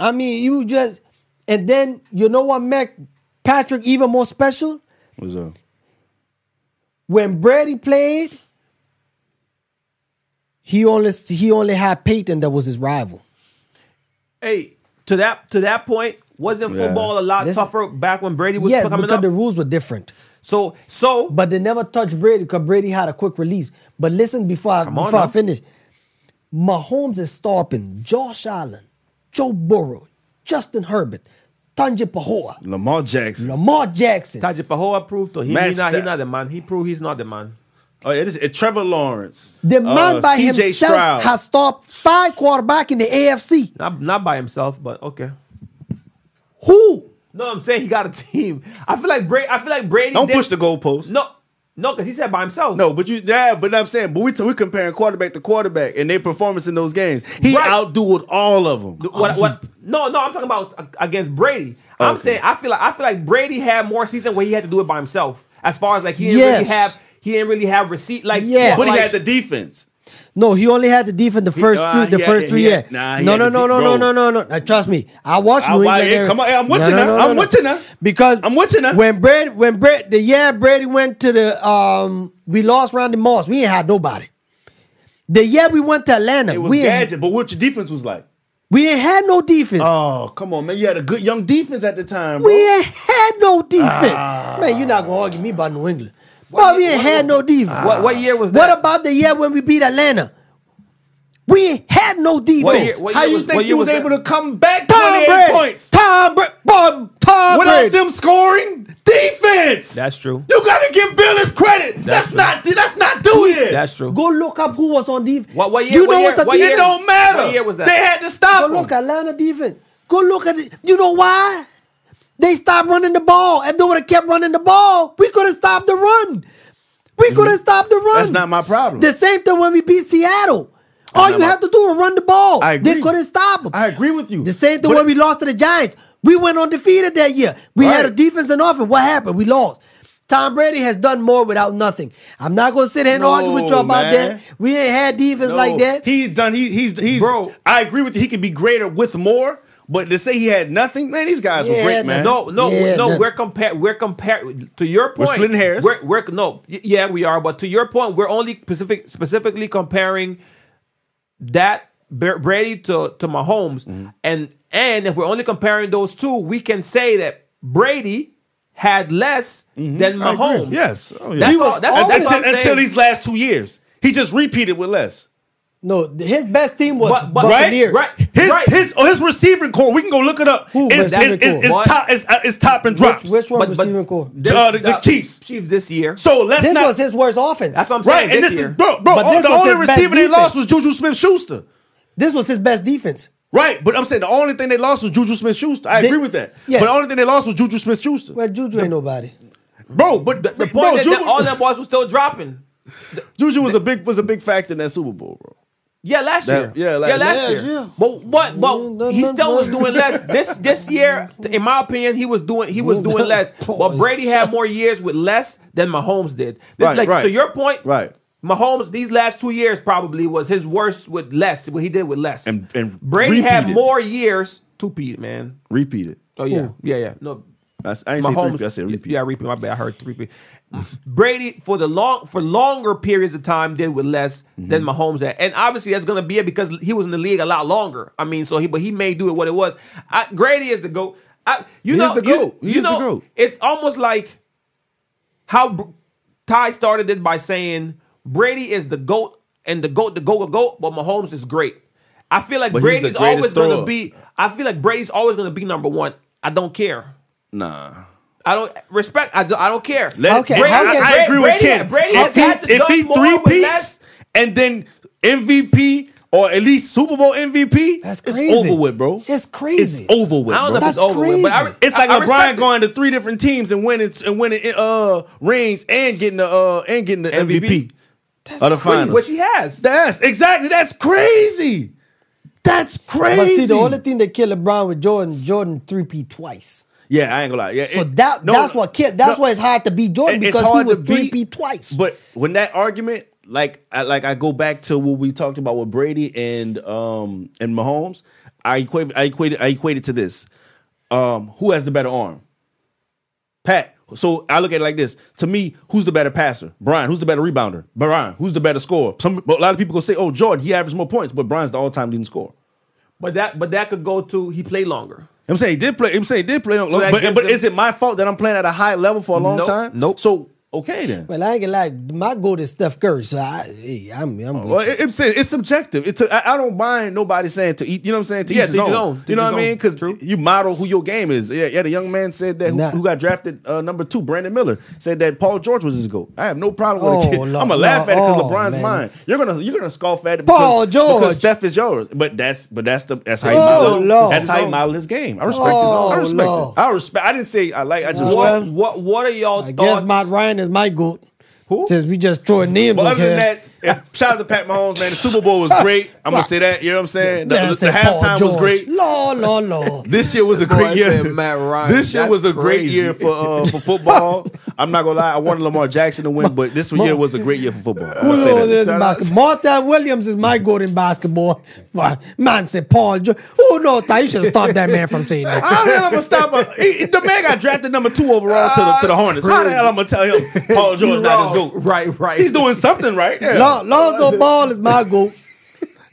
Speaker 3: I mean, you just and then you know what make Patrick even more special?
Speaker 1: Was uh,
Speaker 3: When Brady played, he only he only had Peyton that was his rival.
Speaker 2: hey, to that to that point, wasn't
Speaker 1: Yeah.
Speaker 2: football a lot
Speaker 3: Listen.
Speaker 2: tougher back when Brady was
Speaker 3: Yeah,
Speaker 2: coming
Speaker 3: because
Speaker 2: up?
Speaker 3: the rules were different.
Speaker 2: so so
Speaker 3: But they never touched Brady because Brady had a quick release. But listen before I,
Speaker 2: on
Speaker 3: before
Speaker 2: now.
Speaker 3: I finish. Mahomes is stopping Josh Allen, Joe Burrow, Justin Herbert, Tanji Pahoa,
Speaker 1: Lamar Jackson.
Speaker 3: Lamar Jackson.
Speaker 2: Taji Pahoa proved though he, he
Speaker 1: Matt
Speaker 2: not he
Speaker 1: Staff-
Speaker 2: not the man. He proved he's not the man.
Speaker 1: Oh yeah, this is, Trevor Lawrence.
Speaker 3: The man
Speaker 1: Uh,
Speaker 3: by
Speaker 1: CJ
Speaker 3: himself
Speaker 1: Stroud.
Speaker 3: has stopped five quarterback in the AFC.
Speaker 2: Not not by himself, but okay.
Speaker 3: Who?
Speaker 2: No, I'm saying he got a team. I feel like Brady. I feel like Brady.
Speaker 1: Don't
Speaker 2: did-
Speaker 1: push the goalpost.
Speaker 2: No, no, because he said by himself.
Speaker 1: No, but you yeah, but I'm saying, but we t- we comparing quarterback to quarterback and their performance in those games. He
Speaker 2: Right.
Speaker 1: outdueled all of them.
Speaker 2: What, what? No, no, I'm talking about uh, against Brady. I'm
Speaker 1: Oh, Okay.
Speaker 2: saying I feel like I feel like Brady had more season where he had to do it by himself. As far as like he didn't
Speaker 3: Yes.
Speaker 2: really have he didn't really have receipt like
Speaker 3: Yes.
Speaker 1: But he
Speaker 2: like-
Speaker 1: had the defense.
Speaker 3: No, he only had the defense the first
Speaker 1: nah,
Speaker 3: three, the
Speaker 1: he had-
Speaker 3: first
Speaker 1: he
Speaker 3: three
Speaker 1: had-
Speaker 3: years.
Speaker 1: nah, he
Speaker 3: no,
Speaker 1: had
Speaker 3: no,
Speaker 1: the
Speaker 3: no,
Speaker 1: big
Speaker 3: no, no,
Speaker 1: role.
Speaker 3: no, no, no, no. Trust me, I watched
Speaker 1: I
Speaker 3: New
Speaker 1: watch-
Speaker 3: England.
Speaker 1: yeah,
Speaker 3: every-
Speaker 1: come on, I'm with you now. I'm with you now.
Speaker 3: Because
Speaker 1: I'm with you now.
Speaker 3: When Brady, when Brady, the year Brady went to the, um, we lost Randy Moss. We ain't had nobody. The year we went to Atlanta,
Speaker 1: It was
Speaker 3: we ain't,
Speaker 1: gadget, but what your defense was like?
Speaker 3: we didn't have no defense.
Speaker 1: Oh, come on, man! You had a good young defense at the time, bro.
Speaker 3: we ain't had no defense.
Speaker 1: Ah.
Speaker 3: Man, you're not gonna argue me about New England. But we ain't
Speaker 2: what-
Speaker 3: had no defense.
Speaker 2: what- what year was
Speaker 3: What
Speaker 2: that?
Speaker 3: about the year when we beat Atlanta? We ain't had no defense.
Speaker 2: What year- what
Speaker 1: How
Speaker 2: year
Speaker 1: you
Speaker 2: was-
Speaker 1: think
Speaker 2: what
Speaker 1: he
Speaker 2: year
Speaker 1: was,
Speaker 2: was
Speaker 1: able
Speaker 2: that?
Speaker 1: to come back
Speaker 3: Tom
Speaker 1: 28
Speaker 3: Brady,
Speaker 1: points
Speaker 3: Tom Brady, Tom, Tom
Speaker 1: without
Speaker 3: Brady.
Speaker 1: them scoring defense?
Speaker 2: That's true.
Speaker 1: You gotta give Bill his credit. That's,
Speaker 2: true.
Speaker 1: not. That's not doing it.
Speaker 2: That's true.
Speaker 3: Go look up who was on defense.
Speaker 2: What- what year-
Speaker 3: You
Speaker 2: what
Speaker 3: know
Speaker 2: year-
Speaker 3: what's a
Speaker 2: what
Speaker 1: It
Speaker 2: year?
Speaker 3: defense?
Speaker 1: don't matter.
Speaker 2: What year was that?
Speaker 1: They had to
Speaker 3: Go
Speaker 1: stop
Speaker 3: look
Speaker 1: him.
Speaker 3: at Atlanta defense. Go look at it. You know why? They stopped running the ball. If they would have kept running the ball, we could have stopped the run. We could have stopped the run.
Speaker 1: That's not my problem.
Speaker 3: The same thing when we beat Seattle. All
Speaker 1: not
Speaker 3: you
Speaker 1: my-
Speaker 3: had to do was run the ball.
Speaker 1: I agree.
Speaker 3: They couldn't stop them.
Speaker 1: I agree with you.
Speaker 3: The same thing
Speaker 1: But
Speaker 3: when we lost to the Giants. We went undefeated that year. We had a
Speaker 1: Right.
Speaker 3: defense and offense. What happened? We lost. Tom Brady has done more without nothing. I'm not going to sit here and argue with you
Speaker 1: No,
Speaker 3: about
Speaker 1: man.
Speaker 3: that. We ain't had defense
Speaker 1: no,
Speaker 3: like that.
Speaker 1: He's done. He, he's he's.
Speaker 2: Bro.
Speaker 1: I agree with you. He could be greater with more. But to say he had nothing, man, these guys
Speaker 3: Yeah,
Speaker 1: were great, man.
Speaker 2: No, no,
Speaker 3: Yeah,
Speaker 2: no.
Speaker 3: that-
Speaker 2: We're compared. We're compared to your point.
Speaker 1: We're splitting hairs.
Speaker 2: We're, we're- no, y- yeah, we are. But to your point, we're only specific specifically comparing that Br- Brady to to Mahomes,
Speaker 1: Mm-hmm.
Speaker 2: and and if we're only comparing those two, we can say that Brady had less than
Speaker 1: Mm-hmm. I agree.
Speaker 2: Mahomes.
Speaker 1: Yes. Oh, yeah.
Speaker 2: That's
Speaker 3: He
Speaker 2: all-
Speaker 3: was
Speaker 2: that's, that's
Speaker 3: always-
Speaker 2: all I'm
Speaker 1: until,
Speaker 2: saying.
Speaker 1: until these last two years, he just repeated with less.
Speaker 3: No, his best team was
Speaker 2: But- but-
Speaker 3: Buccaneers.
Speaker 2: Right, right.
Speaker 1: His his oh, his receiving core. We can go look it up.
Speaker 3: Who
Speaker 1: It's,
Speaker 3: receiving
Speaker 1: it's, it's,
Speaker 2: core?
Speaker 1: it's top. It's, uh, it's top and drops.
Speaker 3: Which one
Speaker 2: But- but-
Speaker 3: receiving core?
Speaker 1: The, uh, the, the Chiefs.
Speaker 2: Chiefs this year.
Speaker 1: So let's
Speaker 3: This
Speaker 1: not.
Speaker 3: was his worst offense.
Speaker 2: that's what I'm saying.
Speaker 1: right, and
Speaker 2: this
Speaker 1: this
Speaker 2: year.
Speaker 1: is bro, bro.
Speaker 3: But
Speaker 1: all-
Speaker 3: this
Speaker 1: the
Speaker 3: was
Speaker 1: only
Speaker 3: his best
Speaker 1: receiver they
Speaker 3: defense.
Speaker 1: lost was Juju Smith Schuster.
Speaker 3: This was his best defense.
Speaker 1: Right, but I'm saying the only thing they lost was Juju Smith Schuster. I
Speaker 3: They-
Speaker 1: agree with that.
Speaker 3: yeah.
Speaker 1: But the only thing they lost was Juju Smith Schuster.
Speaker 3: Well, Juju ain't nobody.
Speaker 1: Bro, but the,
Speaker 2: the point
Speaker 1: bro,
Speaker 2: that,
Speaker 1: Juju,
Speaker 2: that all them boys were still dropping.
Speaker 1: Juju was a big was a big factor in that Super Bowl, bro.
Speaker 2: Yeah, last
Speaker 1: That-
Speaker 2: year.
Speaker 1: yeah, last
Speaker 2: last
Speaker 1: year.
Speaker 2: year.
Speaker 3: Yeah.
Speaker 2: But but
Speaker 3: Mm,
Speaker 2: but
Speaker 3: that-
Speaker 2: he
Speaker 3: that-
Speaker 2: still was doing less. This this year, in my opinion, he was doing he
Speaker 3: Mm.
Speaker 2: was doing less. But Brady had more years with less than Mahomes did. This
Speaker 1: Right,
Speaker 2: like
Speaker 1: right.
Speaker 2: to your point,
Speaker 1: Right.
Speaker 2: Mahomes these last two years probably was his worst with less. What he did with less.
Speaker 1: And- and
Speaker 2: Brady had
Speaker 1: repeated.
Speaker 2: more years. Two peat man.
Speaker 1: Repeated.
Speaker 2: Oh yeah,
Speaker 3: Who?
Speaker 2: yeah, yeah. No,
Speaker 1: I, I ain't say three.
Speaker 2: Mahomes.
Speaker 1: P, I said repeat.
Speaker 2: Yeah, repeat. My bad. I heard three repeat. Brady for the long for longer periods of time did with less than
Speaker 1: Mm-hmm.
Speaker 2: Mahomes had, and obviously that's gonna be it because he was in the league a lot longer. I mean, so he but he may do it what it was. I, Grady is the goat. I, you
Speaker 1: He
Speaker 2: know,
Speaker 1: is the
Speaker 2: you-
Speaker 1: GOAT. He
Speaker 2: you
Speaker 1: is the
Speaker 2: know,
Speaker 1: GOAT.
Speaker 2: It's almost like how Br- Ty started it by saying Brady is the goat and the goat, the goat, the goat, but Mahomes is great. I feel like
Speaker 1: But he's the
Speaker 2: Brady's
Speaker 1: greatest
Speaker 2: always going to
Speaker 1: thrower.
Speaker 2: be. I feel like Brady's always going to be number one. I don't care.
Speaker 1: Nah.
Speaker 2: I don't respect. I don't, I don't care.
Speaker 1: Let,
Speaker 3: Okay,
Speaker 1: okay,
Speaker 3: how
Speaker 1: I,
Speaker 3: can-
Speaker 1: I agree with
Speaker 2: Brady-
Speaker 1: Ken.
Speaker 2: Brady has
Speaker 1: if he,
Speaker 2: had to
Speaker 1: if
Speaker 2: done
Speaker 1: he
Speaker 2: more
Speaker 1: three
Speaker 2: with
Speaker 1: peats
Speaker 2: less-
Speaker 1: and then MVP or at least Super Bowl MVP,
Speaker 3: That's crazy.
Speaker 1: it's over with, bro.
Speaker 3: It's crazy.
Speaker 1: It's over with,
Speaker 2: I don't know
Speaker 1: bro.
Speaker 2: if it's
Speaker 3: That's
Speaker 2: over with, but I, re-
Speaker 3: crazy.
Speaker 1: It's like
Speaker 2: I- I
Speaker 1: LeBron
Speaker 2: respect it.
Speaker 1: going to three different teams and winning and winning uh rings and getting the uh and getting the MVP,
Speaker 2: MVP.
Speaker 1: of the
Speaker 2: Which-
Speaker 1: finals.
Speaker 2: which he has.
Speaker 1: That's exactly that's crazy. That's crazy.
Speaker 3: But see, the only thing that killed LeBron with Jordan, Jordan three P twice.
Speaker 1: yeah, I ain't gonna lie. Yeah,
Speaker 3: So
Speaker 1: it-
Speaker 3: that
Speaker 1: no,
Speaker 3: that's what killed. That's
Speaker 1: no.
Speaker 3: why it's hard to beat Jordan
Speaker 1: It- it's
Speaker 3: because he
Speaker 1: hard
Speaker 3: was
Speaker 1: to
Speaker 3: three
Speaker 1: beat,
Speaker 3: P twice.
Speaker 1: But when that argument, like, I, like I go back to what we talked about with Brady and um and Mahomes, I equate, I equated, I equated to this: um, who has the better arm? Pat. So I look at it like this: to me, who's the better passer? Brian. Who's the better rebounder? Brian. Who's the better scorer? Some a lot of people go say, "Oh, Jordan, he averaged more points," but Brian's the all-time leading scorer.
Speaker 2: But that but that could go to he played longer.
Speaker 1: I'm saying he did play. I'm saying he did play. on-
Speaker 2: that
Speaker 1: but
Speaker 2: gives
Speaker 1: but
Speaker 2: them-
Speaker 1: is it my fault that I'm playing at a high level for a long
Speaker 2: Nope,
Speaker 1: time?
Speaker 2: nope.
Speaker 1: So okay then.
Speaker 3: well, I ain't gonna lie. My goal is Steph Curry. So I, hey, I'm, I'm. with
Speaker 1: Oh, Well,
Speaker 3: you.
Speaker 1: it, it's, it's subjective. It's a, I, I don't mind nobody saying to eat. You know what I'm saying? To
Speaker 2: Yeah,
Speaker 1: each his
Speaker 2: to each
Speaker 1: own.
Speaker 2: his own. To
Speaker 1: You know
Speaker 2: each
Speaker 1: what I mean?
Speaker 2: his own.
Speaker 1: Because
Speaker 2: True.
Speaker 1: you model who your game is. Yeah, yeah. The young man said that who,
Speaker 3: Nah.
Speaker 1: who got drafted uh, number two, Brandon Miller, said that Paul George was his goat. I have no problem with
Speaker 3: Oh,
Speaker 1: a kid.
Speaker 3: no,
Speaker 1: I'm gonna laugh
Speaker 3: no,
Speaker 1: at it because
Speaker 3: oh,
Speaker 1: LeBron's
Speaker 3: man.
Speaker 1: mine. You're gonna you're gonna scoff at it.
Speaker 3: Paul
Speaker 1: because,
Speaker 3: George.
Speaker 1: because Steph is yours. But that's but that's the that's how you
Speaker 3: Oh,
Speaker 1: model.
Speaker 3: Lord.
Speaker 1: That's how you model his game. I respect
Speaker 3: Oh,
Speaker 1: it. I respect
Speaker 3: Lord.
Speaker 1: it. I respect. I didn't say I like. I just
Speaker 2: What
Speaker 1: respect.
Speaker 2: what what are y'all
Speaker 3: I guess
Speaker 2: thoughts?
Speaker 3: Matt Ryan is my goat.
Speaker 2: Who?
Speaker 3: Since we just throwing names
Speaker 1: But
Speaker 3: on
Speaker 1: other
Speaker 3: here.
Speaker 1: than that, eh, shout out to Pat Mahomes, man. The Super Bowl was great. I'm gonna say that. You know what I'm saying? The,
Speaker 3: Man, I
Speaker 1: the- the
Speaker 3: said Paul
Speaker 1: halftime was
Speaker 3: George.
Speaker 1: great.
Speaker 3: Lord, Lord, Lord.
Speaker 1: This year was a
Speaker 4: Boy, I
Speaker 1: great year.
Speaker 4: said Matt Ryan.
Speaker 1: This year
Speaker 4: That's
Speaker 1: was a great
Speaker 4: crazy.
Speaker 1: year for uh, for football. I'm not gonna lie. I wanted Lamar Jackson to win, but this year was a great year for football. I'm gonna say
Speaker 3: Who knows
Speaker 1: that.
Speaker 3: in
Speaker 1: Shout out-
Speaker 3: basketball? Martha Williams is my goat in basketball. Man, man said Paul. Jo- Who knows? Ty, You should stop that man from saying that.
Speaker 1: How the hell I'm gonna stop him? He- the man got drafted number two overall to the to the Hornets. How the hell I'm gonna tell him Paul George not his goat?
Speaker 2: Right, right.
Speaker 1: He's doing something right. Yeah,
Speaker 3: Lon- Lonzo Ball is my goat.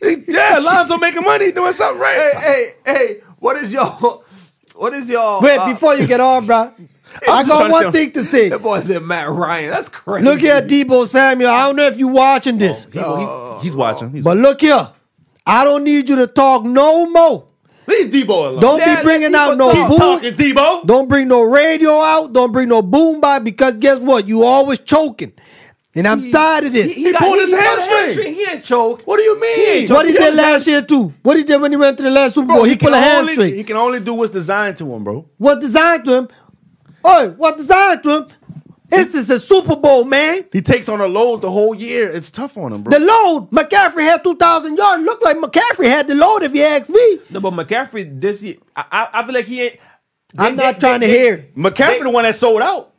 Speaker 1: He- yeah Lonzo making money, doing something right.
Speaker 4: hey, hey, what is y'all? What is y'all?
Speaker 3: Wait,
Speaker 4: uh,
Speaker 3: before you get on, bro, I
Speaker 1: just trying
Speaker 3: got
Speaker 1: to
Speaker 3: one
Speaker 1: tell-
Speaker 3: thing to say.
Speaker 4: that boy said Matt Ryan. That's crazy.
Speaker 3: Look here, Debo Samuel. I don't know if you watching this,
Speaker 4: Uh,
Speaker 1: He- he- he's watching. He's
Speaker 3: but look here. I don't need you to talk no more.
Speaker 1: Leave Debo alone.
Speaker 3: Don't
Speaker 2: Yeah, let
Speaker 3: be bringing out
Speaker 2: people
Speaker 3: no
Speaker 2: talk.
Speaker 1: Keep talking,
Speaker 3: boom.
Speaker 1: Debo.
Speaker 3: Don't bring no radio out. Don't bring no boom by because guess what? You always choking. And I'm tired of this.
Speaker 1: He pulled his hamstring.
Speaker 2: He ain't choke.
Speaker 1: What do you mean?
Speaker 3: what he did last year too. What he did when he went to the last Super Bowl, he,
Speaker 1: can
Speaker 3: pulled a
Speaker 1: only-
Speaker 3: hamstring.
Speaker 1: He can only do what's designed to him, bro.
Speaker 3: What designed to him? Oh, what designed to him? This is a Super Bowl, man.
Speaker 1: He takes on a load the whole year. It's tough on him, bro.
Speaker 3: The load. McCaffrey had 2,000 yards. Looked like McCaffrey had the load, if you ask me.
Speaker 2: No, but McCaffrey this year, I, I, I feel like he ain't.
Speaker 3: I'm
Speaker 2: they-
Speaker 3: not
Speaker 2: they-
Speaker 3: trying to
Speaker 2: they-
Speaker 3: hear. it.
Speaker 1: McCaffrey, the one that sold out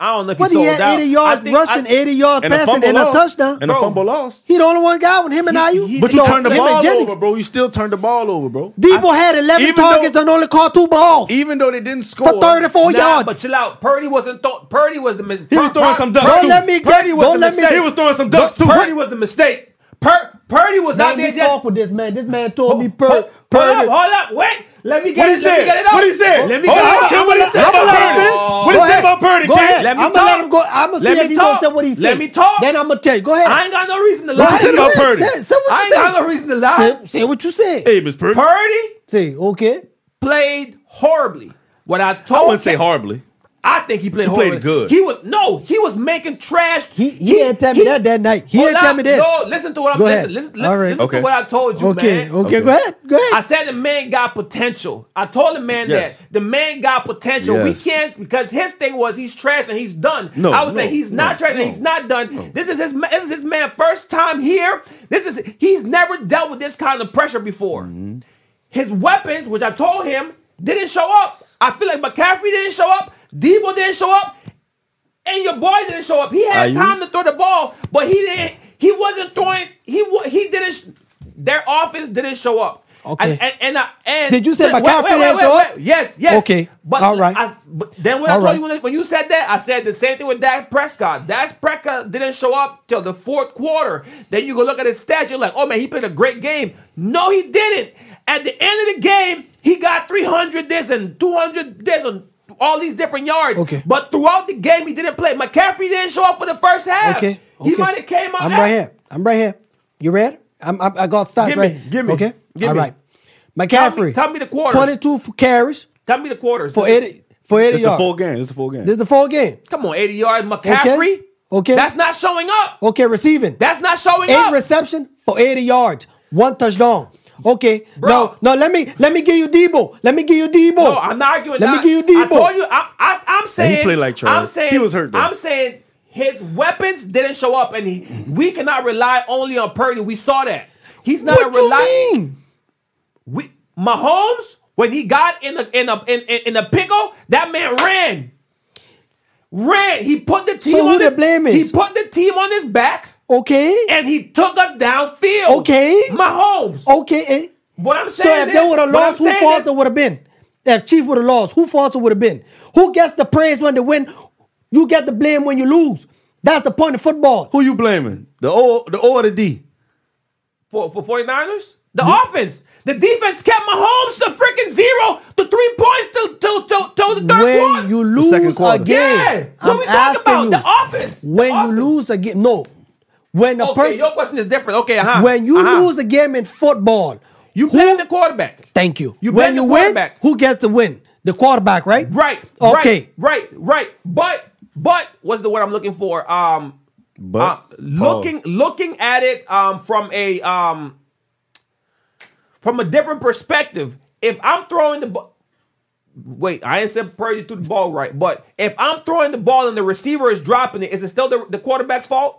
Speaker 2: I don't know if
Speaker 3: What
Speaker 2: he
Speaker 3: he
Speaker 2: sold
Speaker 3: had
Speaker 2: out.
Speaker 3: 80
Speaker 2: I
Speaker 3: yards
Speaker 2: think-
Speaker 3: rushing,
Speaker 2: I-
Speaker 3: 80 yards
Speaker 1: and a
Speaker 3: passing,
Speaker 1: fumble
Speaker 3: and a
Speaker 1: loss.
Speaker 3: touchdown.
Speaker 1: and a
Speaker 2: Bro.
Speaker 1: fumble loss.
Speaker 3: he the only one guy with him and IU.
Speaker 2: he-
Speaker 1: But you
Speaker 2: No,
Speaker 1: turned the
Speaker 3: him and
Speaker 1: ball
Speaker 3: Jennings.
Speaker 1: over, bro. You still turned the ball over, bro.
Speaker 3: Debo had 11
Speaker 1: even though-
Speaker 3: targets and only caught two balls
Speaker 1: Even though they didn't score
Speaker 3: for 34
Speaker 2: Nah,
Speaker 3: yards.
Speaker 2: but chill out. Purdy wasn't. Th- Purdy was the. Mis-
Speaker 1: He was throwing some ducks
Speaker 3: Don't
Speaker 1: too.
Speaker 3: let me get.
Speaker 2: was
Speaker 3: Don't
Speaker 2: a
Speaker 3: let me.
Speaker 2: mistake.
Speaker 1: He was throwing some ducks too.
Speaker 2: Purdy was the mistake. Pur- Purdy was out
Speaker 3: Let
Speaker 2: there
Speaker 3: me
Speaker 2: just
Speaker 3: talk with this man. This man told me
Speaker 2: Hold-
Speaker 3: per
Speaker 2: Hold up,
Speaker 3: per.
Speaker 2: hold up, wait. Let me get
Speaker 1: What
Speaker 2: it.
Speaker 1: he
Speaker 2: Let me
Speaker 1: said?
Speaker 2: get it out.
Speaker 1: What he said?
Speaker 2: Let me
Speaker 1: Hold
Speaker 2: get
Speaker 1: on,
Speaker 2: it out.
Speaker 1: Kim, what he said
Speaker 2: I'ma
Speaker 1: about
Speaker 2: let
Speaker 1: Purdy?
Speaker 2: him finish.
Speaker 1: What he said about Purdy,
Speaker 3: Go
Speaker 1: Ken?
Speaker 3: ahead.
Speaker 2: Let me
Speaker 3: I'm gonna let
Speaker 2: talk.
Speaker 3: him go. I'm gonna see
Speaker 2: Let
Speaker 3: if
Speaker 2: me
Speaker 3: he gonna
Speaker 2: talk.
Speaker 3: say what he said.
Speaker 2: Let me talk.
Speaker 3: Then I'm gonna tell you. Go ahead.
Speaker 2: I ain't got no reason to lie.
Speaker 1: What you said about Purdy?
Speaker 3: Say, say what
Speaker 2: I
Speaker 3: you
Speaker 2: ain't
Speaker 3: said.
Speaker 2: got no reason to lie.
Speaker 3: Say, say what you said.
Speaker 1: Hey, Miss Purdy.
Speaker 2: Purdy
Speaker 3: Say okay.
Speaker 2: played horribly. What I told
Speaker 1: I wouldn't say horribly.
Speaker 2: I think he played
Speaker 1: He played
Speaker 2: horribly.
Speaker 1: good.
Speaker 2: He was no, he was making trash.
Speaker 3: He he didn't tell me that that night. He
Speaker 2: Hold
Speaker 3: didn't tell
Speaker 2: up.
Speaker 3: me this.
Speaker 2: No, listen to what I'm
Speaker 3: Go ahead.
Speaker 2: listen, listen, listen,
Speaker 3: All right.
Speaker 2: listen
Speaker 1: Okay.
Speaker 2: to what I told you,
Speaker 3: Okay, okay,
Speaker 2: man.
Speaker 3: Go ahead. Go
Speaker 2: I
Speaker 3: ahead.
Speaker 2: said the man got potential. I told the man
Speaker 1: Yes.
Speaker 2: that the man got potential.
Speaker 1: Yes.
Speaker 2: We can't because his thing was he's trash and he's done.
Speaker 1: No,
Speaker 2: I was
Speaker 1: no,
Speaker 2: saying he's
Speaker 1: no,
Speaker 2: not trash
Speaker 1: no,
Speaker 2: and he's not done. This is his ma- this is his man first time here. This is he's never dealt with this kind of pressure before.
Speaker 1: Mm-hmm.
Speaker 2: His weapons, which I told him, didn't show up. I feel like McCaffrey didn't show up. Debo didn't show up. And your boy didn't show up. He had
Speaker 1: Ayuk?
Speaker 2: time to throw the ball, but he didn't. He wasn't throwing. He wa- he didn't. Their offense didn't show up.
Speaker 3: Okay.
Speaker 2: And and, and, I, and
Speaker 3: Did you say
Speaker 2: wait, wait,
Speaker 3: McCaffrey
Speaker 2: wait, wait,
Speaker 3: didn't show
Speaker 2: wait,
Speaker 3: up?
Speaker 2: wait. Yes. Yes.
Speaker 3: Okay.
Speaker 2: But
Speaker 3: All right.
Speaker 2: I, but then when I
Speaker 3: All
Speaker 2: told
Speaker 3: right.
Speaker 2: you when, when you said that, I said the same thing with Dak Prescott. Dak Prescott didn't show up till the fourth quarter. Then you go look at his stats. You're like, oh man, he played a great game. No, he didn't. At the end of the game, he got 300 this and 200 this and all these different yards.
Speaker 3: Okay.
Speaker 2: But throughout the game, he didn't play. McCaffrey didn't show up for the first half.
Speaker 3: Okay.
Speaker 2: He
Speaker 3: okay.
Speaker 2: might have came out.
Speaker 3: I'm
Speaker 2: after.
Speaker 3: right here. I'm right here. You read? I'm, I'm, I got stats
Speaker 2: Give me,
Speaker 3: right.
Speaker 2: give me,
Speaker 3: Okay.
Speaker 2: give
Speaker 3: All
Speaker 2: me.
Speaker 3: right.
Speaker 2: Tell me-
Speaker 3: McCaffrey.
Speaker 2: Tell me the quarters.
Speaker 3: 22 for carries
Speaker 2: Tell me the quarters.
Speaker 3: for 80 for 80
Speaker 1: It's the
Speaker 3: yards.
Speaker 1: full game. It's the full game.
Speaker 3: This is the full game.
Speaker 2: Come on, 80 yards, McCaffrey.
Speaker 3: Okay. Oh.
Speaker 2: That's not showing up.
Speaker 3: Okay, receiving.
Speaker 2: That's not showing
Speaker 3: Eight
Speaker 2: up.
Speaker 3: reception for 80 yards. One touchdown. Okay.
Speaker 2: Bro.
Speaker 3: No, no, let me let me give you Debo. Let me give you Debo.
Speaker 2: No, I'm not arguing.
Speaker 3: Let
Speaker 2: that.
Speaker 3: me give you
Speaker 2: I
Speaker 3: Debo.
Speaker 2: told you. I, I, I'm saying
Speaker 1: played like trash.
Speaker 2: I'm saying
Speaker 1: He was hurt, though.
Speaker 2: I'm saying his weapons didn't show up, and he, we cannot rely only on Purdy. We saw that he's not
Speaker 3: what
Speaker 2: a
Speaker 3: you
Speaker 2: rely.
Speaker 3: mean?
Speaker 2: We, Mahomes, when he got in the in a in, in, in the pickle, that man ran, ran. He put the team.
Speaker 3: who
Speaker 2: on
Speaker 3: the
Speaker 2: his,
Speaker 3: blame is?
Speaker 2: He put the team on his back,
Speaker 3: Okay.
Speaker 2: and he took us downfield.
Speaker 3: Okay.
Speaker 2: Mahomes.
Speaker 3: okay. eh?
Speaker 2: What I'm
Speaker 3: So
Speaker 2: saying
Speaker 3: if
Speaker 2: is,
Speaker 3: they would
Speaker 2: what
Speaker 3: have
Speaker 2: I'm
Speaker 3: lost, who
Speaker 2: saying
Speaker 3: fault
Speaker 2: is-
Speaker 3: it would have been? If Chief would have lost, who fault it would have been? Who gets the praise when they win? You get the blame when you lose. That's the point of football.
Speaker 1: Who you blaming? The O, the O or the
Speaker 2: Uh,
Speaker 1: D?
Speaker 2: for, for 49ers? The offense. The defense kept Mahomes to freaking zero to three points till till till, till the third
Speaker 3: when
Speaker 2: quarter.
Speaker 3: you
Speaker 1: second
Speaker 3: lose a
Speaker 1: quarter.
Speaker 3: game,
Speaker 2: yeah. What
Speaker 3: I'm
Speaker 2: we talking
Speaker 3: asking
Speaker 2: about?
Speaker 3: you.
Speaker 2: The offense. The
Speaker 3: when
Speaker 2: offense.
Speaker 3: you lose a game, no. When a
Speaker 2: okay,
Speaker 3: person,
Speaker 2: your question is different. Okay, uh-huh.
Speaker 3: when you
Speaker 2: uh-huh.
Speaker 3: lose a game in football,
Speaker 2: you blame the quarterback.
Speaker 3: thank you.
Speaker 2: You blame
Speaker 3: when
Speaker 2: the
Speaker 3: you win,
Speaker 2: quarterback.
Speaker 3: who gets the win? The quarterback, right?
Speaker 2: Right.
Speaker 3: Okay.
Speaker 2: Right. Right. right. But but what's the word I'm looking for? Um
Speaker 1: But
Speaker 2: uh, looking looking at it um from a um from a different perspective. If I'm throwing the ball Wait, I ain't said Purdy threw the ball right, but if I'm throwing the ball and the receiver is dropping it, is it still the, the quarterback's fault?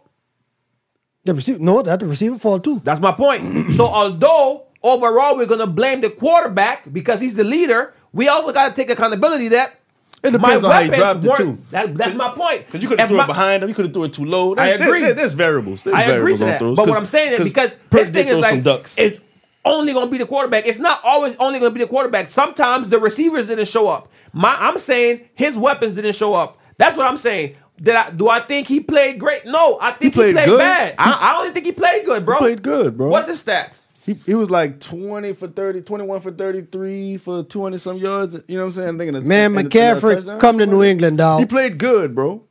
Speaker 3: The receiver, no, that the receiver fall too.
Speaker 2: That's my point. so although overall we're gonna blame the quarterback because he's the leader, we also gotta take accountability that
Speaker 1: It depends on how you dropped it,
Speaker 2: weren't-
Speaker 1: too.
Speaker 2: That, that's my point.
Speaker 1: Because you could have
Speaker 2: If
Speaker 1: threw
Speaker 2: my-
Speaker 1: it behind him. You could have threw it too low.
Speaker 2: I
Speaker 1: There's, there-
Speaker 2: agree.
Speaker 1: there- there's variables. There's
Speaker 2: I agree
Speaker 1: variables
Speaker 2: to
Speaker 1: on
Speaker 2: that.
Speaker 1: throws.
Speaker 2: But what
Speaker 1: 'Cause-
Speaker 2: I'm saying is because
Speaker 1: Purdy
Speaker 2: his
Speaker 1: did
Speaker 2: thing is
Speaker 1: throw some
Speaker 2: like
Speaker 1: ducks.
Speaker 2: it's only gonna be the quarterback. It's not always only gonna be the quarterback. Sometimes the receivers didn't show up. My I'm saying his weapons didn't show up. That's what I'm saying. Did I do I think he played great? No, I think he played,
Speaker 1: played good.
Speaker 2: bad. I, I don't even think he played good, bro.
Speaker 1: played good, bro.
Speaker 2: What's his stats?
Speaker 1: He, he was like 20 for 30, 21 for 33 for 200 some yards. You know what I'm saying? I think in a-
Speaker 3: Man,
Speaker 1: in a- in a
Speaker 3: McCaffrey,
Speaker 1: touchdown or
Speaker 3: come to
Speaker 1: something.
Speaker 3: New England, dog.
Speaker 1: He played good, bro.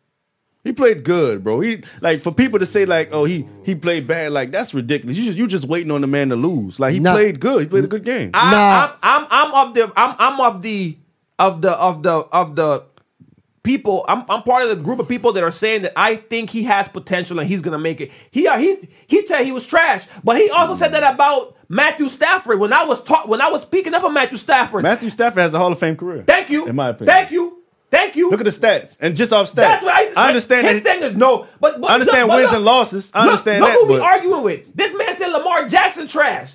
Speaker 1: He played good, bro. He like for people to say like, oh, he he played bad, like that's ridiculous. You just you just waiting on the man to lose. Like he
Speaker 3: Nah.
Speaker 1: played good. He played a good game.
Speaker 2: I,
Speaker 3: Nah.
Speaker 2: I'm, I'm I'm of the I'm I'm of the of the of the of the people. I'm I'm part of the group of people that are saying that I think he has potential and he's gonna make it. He uh, he he said he was trash, but he also said that about Matthew Stafford when I was taught when I was speaking up of Matthew Stafford.
Speaker 1: Matthew Stafford has a Hall of Fame career.
Speaker 2: thank you.
Speaker 1: In my opinion.
Speaker 2: Thank you. Thank you.
Speaker 1: Look at the stats and just off stats.
Speaker 2: That's what I,
Speaker 1: I understand
Speaker 2: His
Speaker 1: that.
Speaker 2: thing is no, but, but
Speaker 1: I understand
Speaker 2: but
Speaker 1: wins and losses. I understand
Speaker 2: look
Speaker 1: that,
Speaker 2: Who we
Speaker 1: but-
Speaker 2: arguing with? This man said Lamar Jackson trash.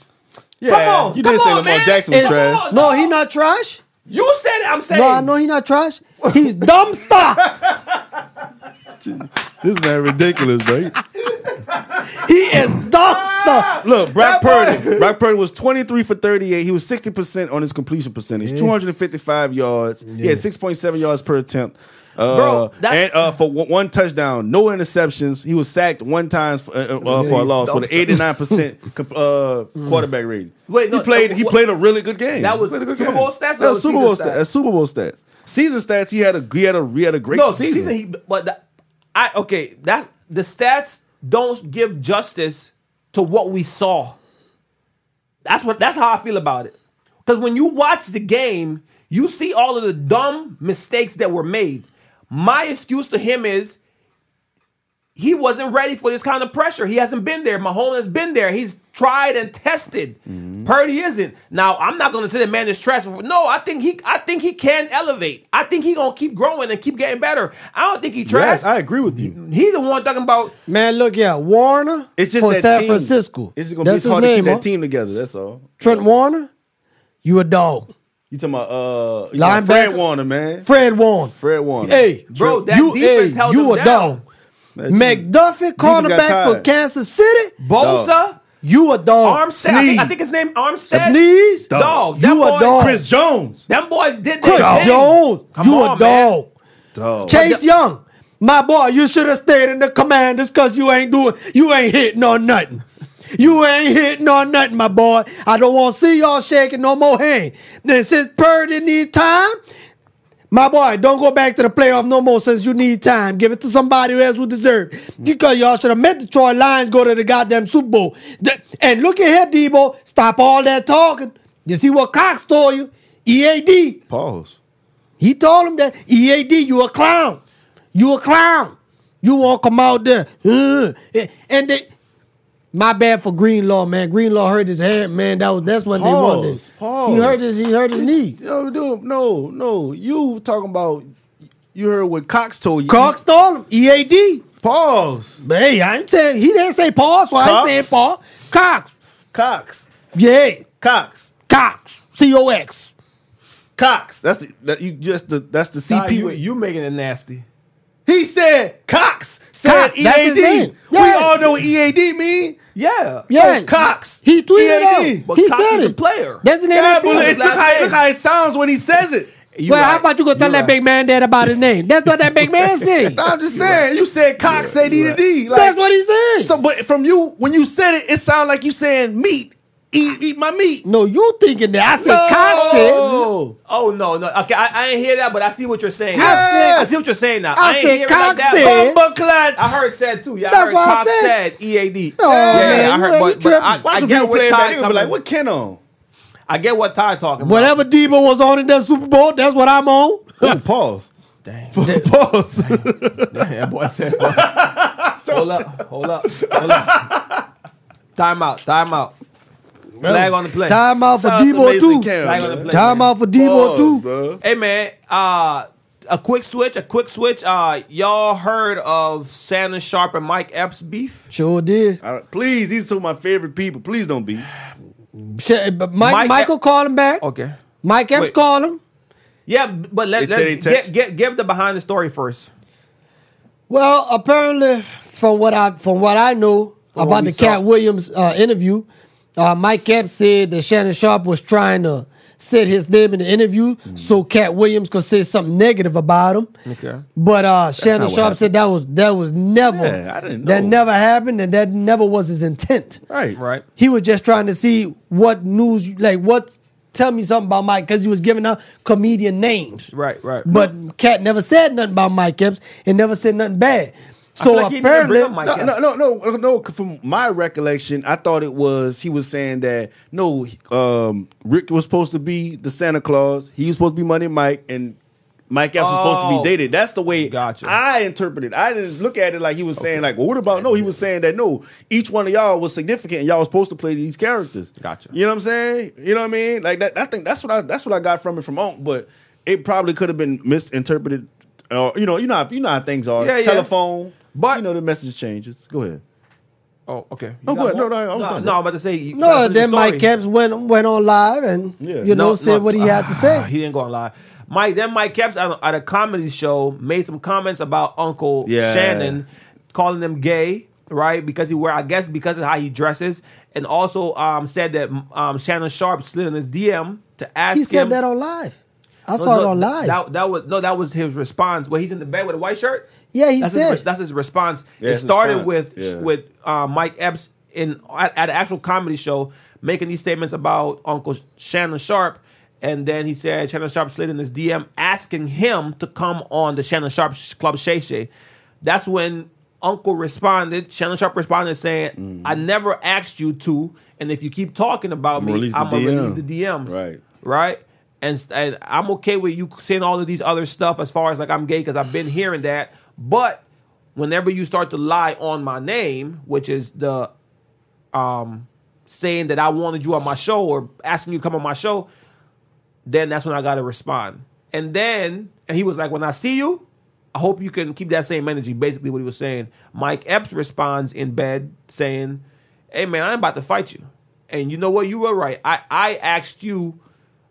Speaker 1: yeah,
Speaker 2: come on,
Speaker 1: you
Speaker 2: come
Speaker 1: did say
Speaker 2: on,
Speaker 1: Lamar
Speaker 2: man.
Speaker 1: Jackson was
Speaker 3: It's-
Speaker 2: Come
Speaker 1: trash.
Speaker 2: on,
Speaker 3: No,
Speaker 2: dog.
Speaker 3: he not trash.
Speaker 2: You said it. I'm saying.
Speaker 3: No, I know he not trash. He's dumpster.
Speaker 1: This man ridiculous, bro.
Speaker 3: he is dumpster.
Speaker 1: Look, Brock Purdy. Brock Purdy was 23 for 38. He was 60% on his completion percentage. 255 yards. He had 6.7 yards per attempt. Uh,
Speaker 2: Bro, that-
Speaker 1: and uh, for one one touchdown, no interceptions. He was sacked one time for, uh, uh, for a loss with an 89% com- uh, quarterback rating.
Speaker 2: Wait, no,
Speaker 1: he played. He
Speaker 2: what-
Speaker 1: played a really good game.
Speaker 2: That
Speaker 1: He
Speaker 2: was
Speaker 1: played a good
Speaker 2: Super
Speaker 1: game.
Speaker 2: Bowl stats? That
Speaker 1: That was
Speaker 2: was
Speaker 1: Super Bowl
Speaker 2: season stats?
Speaker 1: stats. That's Super Bowl stats. Season stats. He had a he had a he had a great
Speaker 2: No,
Speaker 1: season.
Speaker 2: season he, but the, I okay that the stats don't give justice to what we saw. That's what that's how I feel about it. Because when you watch the game, you see all of the dumb mistakes that were made. My excuse to him is he wasn't ready for this kind of pressure. He hasn't been there. Mahomes has been there. He's tried and tested.
Speaker 3: Mm-hmm.
Speaker 2: Purdy isn't. Now I'm not gonna say the man is trash. No, I think he I think he can elevate. I think he gonna keep growing and keep getting better. I don't think he trash.
Speaker 1: yes, I agree with you.
Speaker 2: He's the one talking about
Speaker 3: Man, look, yeah, Warner
Speaker 1: It's just
Speaker 3: for
Speaker 1: that
Speaker 3: San
Speaker 1: team.
Speaker 3: Francisco.
Speaker 1: It's gonna
Speaker 3: That's
Speaker 1: be
Speaker 3: his
Speaker 1: hard to
Speaker 3: name,
Speaker 1: keep
Speaker 3: huh?
Speaker 1: that team together. That's all.
Speaker 3: Trent Warner, you a dog.
Speaker 1: You talking about uh you talking about Fred
Speaker 3: Linebacker.
Speaker 1: Warner, man.
Speaker 3: Fred Warner.
Speaker 1: Fred Warner.
Speaker 3: Hey,
Speaker 2: Bro, that
Speaker 3: you,
Speaker 2: defense
Speaker 3: hey,
Speaker 2: held him
Speaker 3: you a
Speaker 2: down.
Speaker 3: dog.
Speaker 1: That dude- got
Speaker 3: McDuffie, cornerback for
Speaker 1: tired.
Speaker 3: Kansas City.
Speaker 2: Bosa,
Speaker 3: You a dog.
Speaker 2: Armstead. I think, I
Speaker 1: Sneed.
Speaker 2: think his name Armstead.
Speaker 3: Sneeze.
Speaker 1: Dog.
Speaker 2: Dog.
Speaker 3: You
Speaker 2: Them
Speaker 3: a
Speaker 2: boys,
Speaker 3: dog.
Speaker 1: Chris Jones.
Speaker 2: Them boys did
Speaker 3: Chris
Speaker 2: that.
Speaker 3: Jones. you a dog.
Speaker 1: Dog.
Speaker 3: Chase Young, my boy, you should have stayed in the commanders because you ain't doing, you ain't hitting on nothing. You ain't hitting on nothing, my boy. I don't want to see y'all shaking no more hand. Then since Purdy need time, my boy, don't go back to the playoff no more since you need time. Give it to somebody else who deserve. it. Because y'all should have met the Troy Lions go to the goddamn Super Bowl. Th- And look at here, Debo. Stop all that talking. You see what Cox told you? E EAD.
Speaker 1: Pause.
Speaker 3: He told him that EAD, you a clown. You a clown. You won't come out there. Ugh. And they, my bad for Greenlaw, man. Greenlaw hurt his hand, man. That was that's when they won this.
Speaker 1: Pause, pause.
Speaker 3: He hurt his he hurt his knee.
Speaker 1: No, dude, no, no. You talking about you heard what Cox told you.
Speaker 3: Cox told him EAD.
Speaker 1: Pause.
Speaker 3: But hey, I ain't saying he didn't say pause, so I ain't
Speaker 1: Cox?
Speaker 3: saying pause. Cox.
Speaker 1: Cox.
Speaker 3: Yeah.
Speaker 1: Cox.
Speaker 3: Cox. C O X.
Speaker 1: Cox. That's the that you just the that's the
Speaker 2: Nah,
Speaker 1: CP.
Speaker 2: you, you making it nasty.
Speaker 1: he said Cox said
Speaker 3: Cox, that's his
Speaker 1: EAD.
Speaker 3: name.
Speaker 1: We
Speaker 3: Yeah.
Speaker 1: all know what EAD mean.
Speaker 2: Yeah.
Speaker 3: Yeah.
Speaker 1: Cox.
Speaker 3: He tweeted
Speaker 1: EAD.
Speaker 3: it. out.
Speaker 2: But
Speaker 3: He
Speaker 2: Cox
Speaker 3: said
Speaker 2: is E a
Speaker 3: it.
Speaker 2: player.
Speaker 3: That's the name
Speaker 1: Yeah,
Speaker 3: of the
Speaker 1: but
Speaker 3: player.
Speaker 1: it's- look how, look how it sounds when he says it.
Speaker 2: You
Speaker 3: Well, how
Speaker 2: right.
Speaker 3: about you go tell
Speaker 2: You
Speaker 3: that
Speaker 2: right.
Speaker 3: big man that about his name? That's what that big man said.
Speaker 1: I'm just saying. You said Cox said E to D. Like,
Speaker 3: That's what he said.
Speaker 1: So, but from you, when you said it, it sounded like you saying meat. Eat, eat my meat.
Speaker 3: No, you thinking that. I said
Speaker 1: No.
Speaker 3: Cox said.
Speaker 2: Oh no, no. Okay, I, I ain't hear that, but I see what you're saying.
Speaker 3: I said-
Speaker 2: I see what you're saying now.
Speaker 3: I
Speaker 2: I, ain't
Speaker 3: said
Speaker 2: hear it like that,
Speaker 3: Cox
Speaker 2: but-
Speaker 3: said-
Speaker 1: Bumper clutch.
Speaker 2: I heard said too. Yeah, I
Speaker 3: That's
Speaker 2: heard
Speaker 3: what I
Speaker 2: Cobb
Speaker 3: said.
Speaker 2: said. E EAD.
Speaker 3: Oh, man,
Speaker 2: I
Speaker 3: you- you
Speaker 2: heard, but, but
Speaker 3: tripping.
Speaker 2: I,
Speaker 1: Watch
Speaker 2: I
Speaker 1: some
Speaker 2: get
Speaker 1: people
Speaker 2: what
Speaker 1: playing back.
Speaker 2: Todd
Speaker 1: They gonna be like,
Speaker 2: coming.
Speaker 1: "What Ken on?"
Speaker 2: I get what Todd talking about.
Speaker 3: Whatever Debo was on in that Super Bowl, that's what I'm on.
Speaker 1: Ooh, pause.
Speaker 2: Damn.
Speaker 1: Pause.
Speaker 2: That boy said. hold up. Hold up. Hold up. Time out. Time out. Flag on the play.
Speaker 3: Time out for
Speaker 1: Shout out to
Speaker 3: Debo
Speaker 1: Mason
Speaker 3: too.
Speaker 1: Cam,
Speaker 2: Like on the
Speaker 1: man.
Speaker 2: play.
Speaker 3: Time out for Debo
Speaker 1: Pause,
Speaker 3: too.
Speaker 1: bro.
Speaker 2: Hey man, uh a quick switch, a quick switch. Uh y'all heard of Shannon Sharp and Mike Epps beef?
Speaker 3: Sure did.
Speaker 1: All right, Please, these two of my favorite people. Please don't be.
Speaker 3: Sh- but Mike,
Speaker 2: Mike-
Speaker 3: Michael called him back.
Speaker 2: Okay.
Speaker 3: Mike Epps
Speaker 2: Wait.
Speaker 3: called him.
Speaker 2: Yeah, but let,
Speaker 1: They
Speaker 2: let
Speaker 1: say they
Speaker 2: get,
Speaker 1: text.
Speaker 2: get, give the behind the story first.
Speaker 3: Well, apparently, from what I from what I know
Speaker 2: From what
Speaker 3: about
Speaker 2: we
Speaker 3: the Cat
Speaker 2: saw.
Speaker 3: Williams uh, interview, uh, Mike Epps said that Shannon Sharp was trying to set his name in the interview
Speaker 1: Mm.
Speaker 3: so Cat Williams could say something negative about him.
Speaker 2: Okay.
Speaker 3: But uh, Shannon
Speaker 1: not what
Speaker 3: Sharp said that was that was never
Speaker 1: Yeah, I didn't
Speaker 3: that
Speaker 1: know.
Speaker 3: never happened and that never was his intent.
Speaker 1: Right.
Speaker 2: Right.
Speaker 3: He was just trying to see what news like what tell me something about Mike because he was giving her comedian names.
Speaker 2: Right, right.
Speaker 3: But Cat never said nothing about Mike Epps and never said nothing bad. So
Speaker 2: feel like he didn't even
Speaker 3: apparently,
Speaker 2: bring up Mike Epps.
Speaker 1: No, no, no, no, no. From my recollection, I thought it was he was saying that no, um, Rick was supposed to be the Santa Claus. He was supposed to be Money Mike, and Mike Epps was supposed to
Speaker 2: Oh.
Speaker 1: be dated. That's the way
Speaker 2: Gotcha.
Speaker 1: I interpreted. it. I didn't look at it like he was saying like, well, what about no? He was saying that no, each one of y'all was significant, and y'all was supposed to play these characters.
Speaker 2: Gotcha.
Speaker 1: You know what I'm saying? You know what I mean? Like that. I think that's what I that's what I got from it from Unc, but it probably could have been misinterpreted. Or you know, you know, how, you know how things are.
Speaker 2: Yeah, yeah.
Speaker 1: Telephone.
Speaker 2: But-
Speaker 1: you know the message changes. Go ahead.
Speaker 2: Oh, okay. You got
Speaker 1: No, go ahead.
Speaker 2: more?
Speaker 1: No, no, I was
Speaker 2: no,
Speaker 1: done.
Speaker 2: no, I'm about to say. you- gotta
Speaker 3: no,
Speaker 2: finish
Speaker 3: then
Speaker 2: the
Speaker 3: Mike
Speaker 2: story.
Speaker 3: Epps went went on live and
Speaker 1: Yeah.
Speaker 3: you know said what he had to
Speaker 2: ah,
Speaker 3: say.
Speaker 2: He didn't go on live. Mike then Mike Epps at a, at a comedy show made some comments about Uncle
Speaker 1: Yeah.
Speaker 2: Shannon calling him gay, right? Because he wear I guess because of how he dresses, and also um, said that um, Shannon Sharp slid in his DM to ask
Speaker 3: He
Speaker 2: him-
Speaker 3: said that on live. I
Speaker 2: No,
Speaker 3: saw it
Speaker 2: no,
Speaker 3: on
Speaker 2: th-
Speaker 3: live.
Speaker 2: That, that was no, that was his response. Well, he's in the bed with a white shirt.
Speaker 3: Yeah, he
Speaker 2: that's
Speaker 3: said.
Speaker 2: his, that's his response.
Speaker 1: Yeah,
Speaker 2: it
Speaker 1: his
Speaker 2: started
Speaker 1: response.
Speaker 2: with
Speaker 1: Yeah.
Speaker 2: with uh, Mike Epps in at, at an actual comedy show making these statements about Uncle Shannon Sharp, and then he said Shannon Sharp slid in his DM asking him to come on the Shannon Sharp Sh- Club Shay Shay. That's when Uncle responded. Shannon Sharp responded saying,
Speaker 1: Mm.
Speaker 2: "I never asked you to, and if you keep talking about me,
Speaker 1: Release the
Speaker 2: I'm gonna
Speaker 1: DM."
Speaker 2: release the DMs."
Speaker 1: Right.
Speaker 2: right? And, and I'm okay with you saying all of these other stuff as far as like I'm gay because I've been hearing that. But whenever you start to lie on my name, which is the um, saying that I wanted you on my show or asking you to come on my show, then that's when I got to respond. And then, and he was like, when I see you, I hope you can keep that same energy. Basically, what he was saying. Mike Epps responds in bed saying, Hey, man, I ain't about to fight you. And you know what? You were right. I, I asked you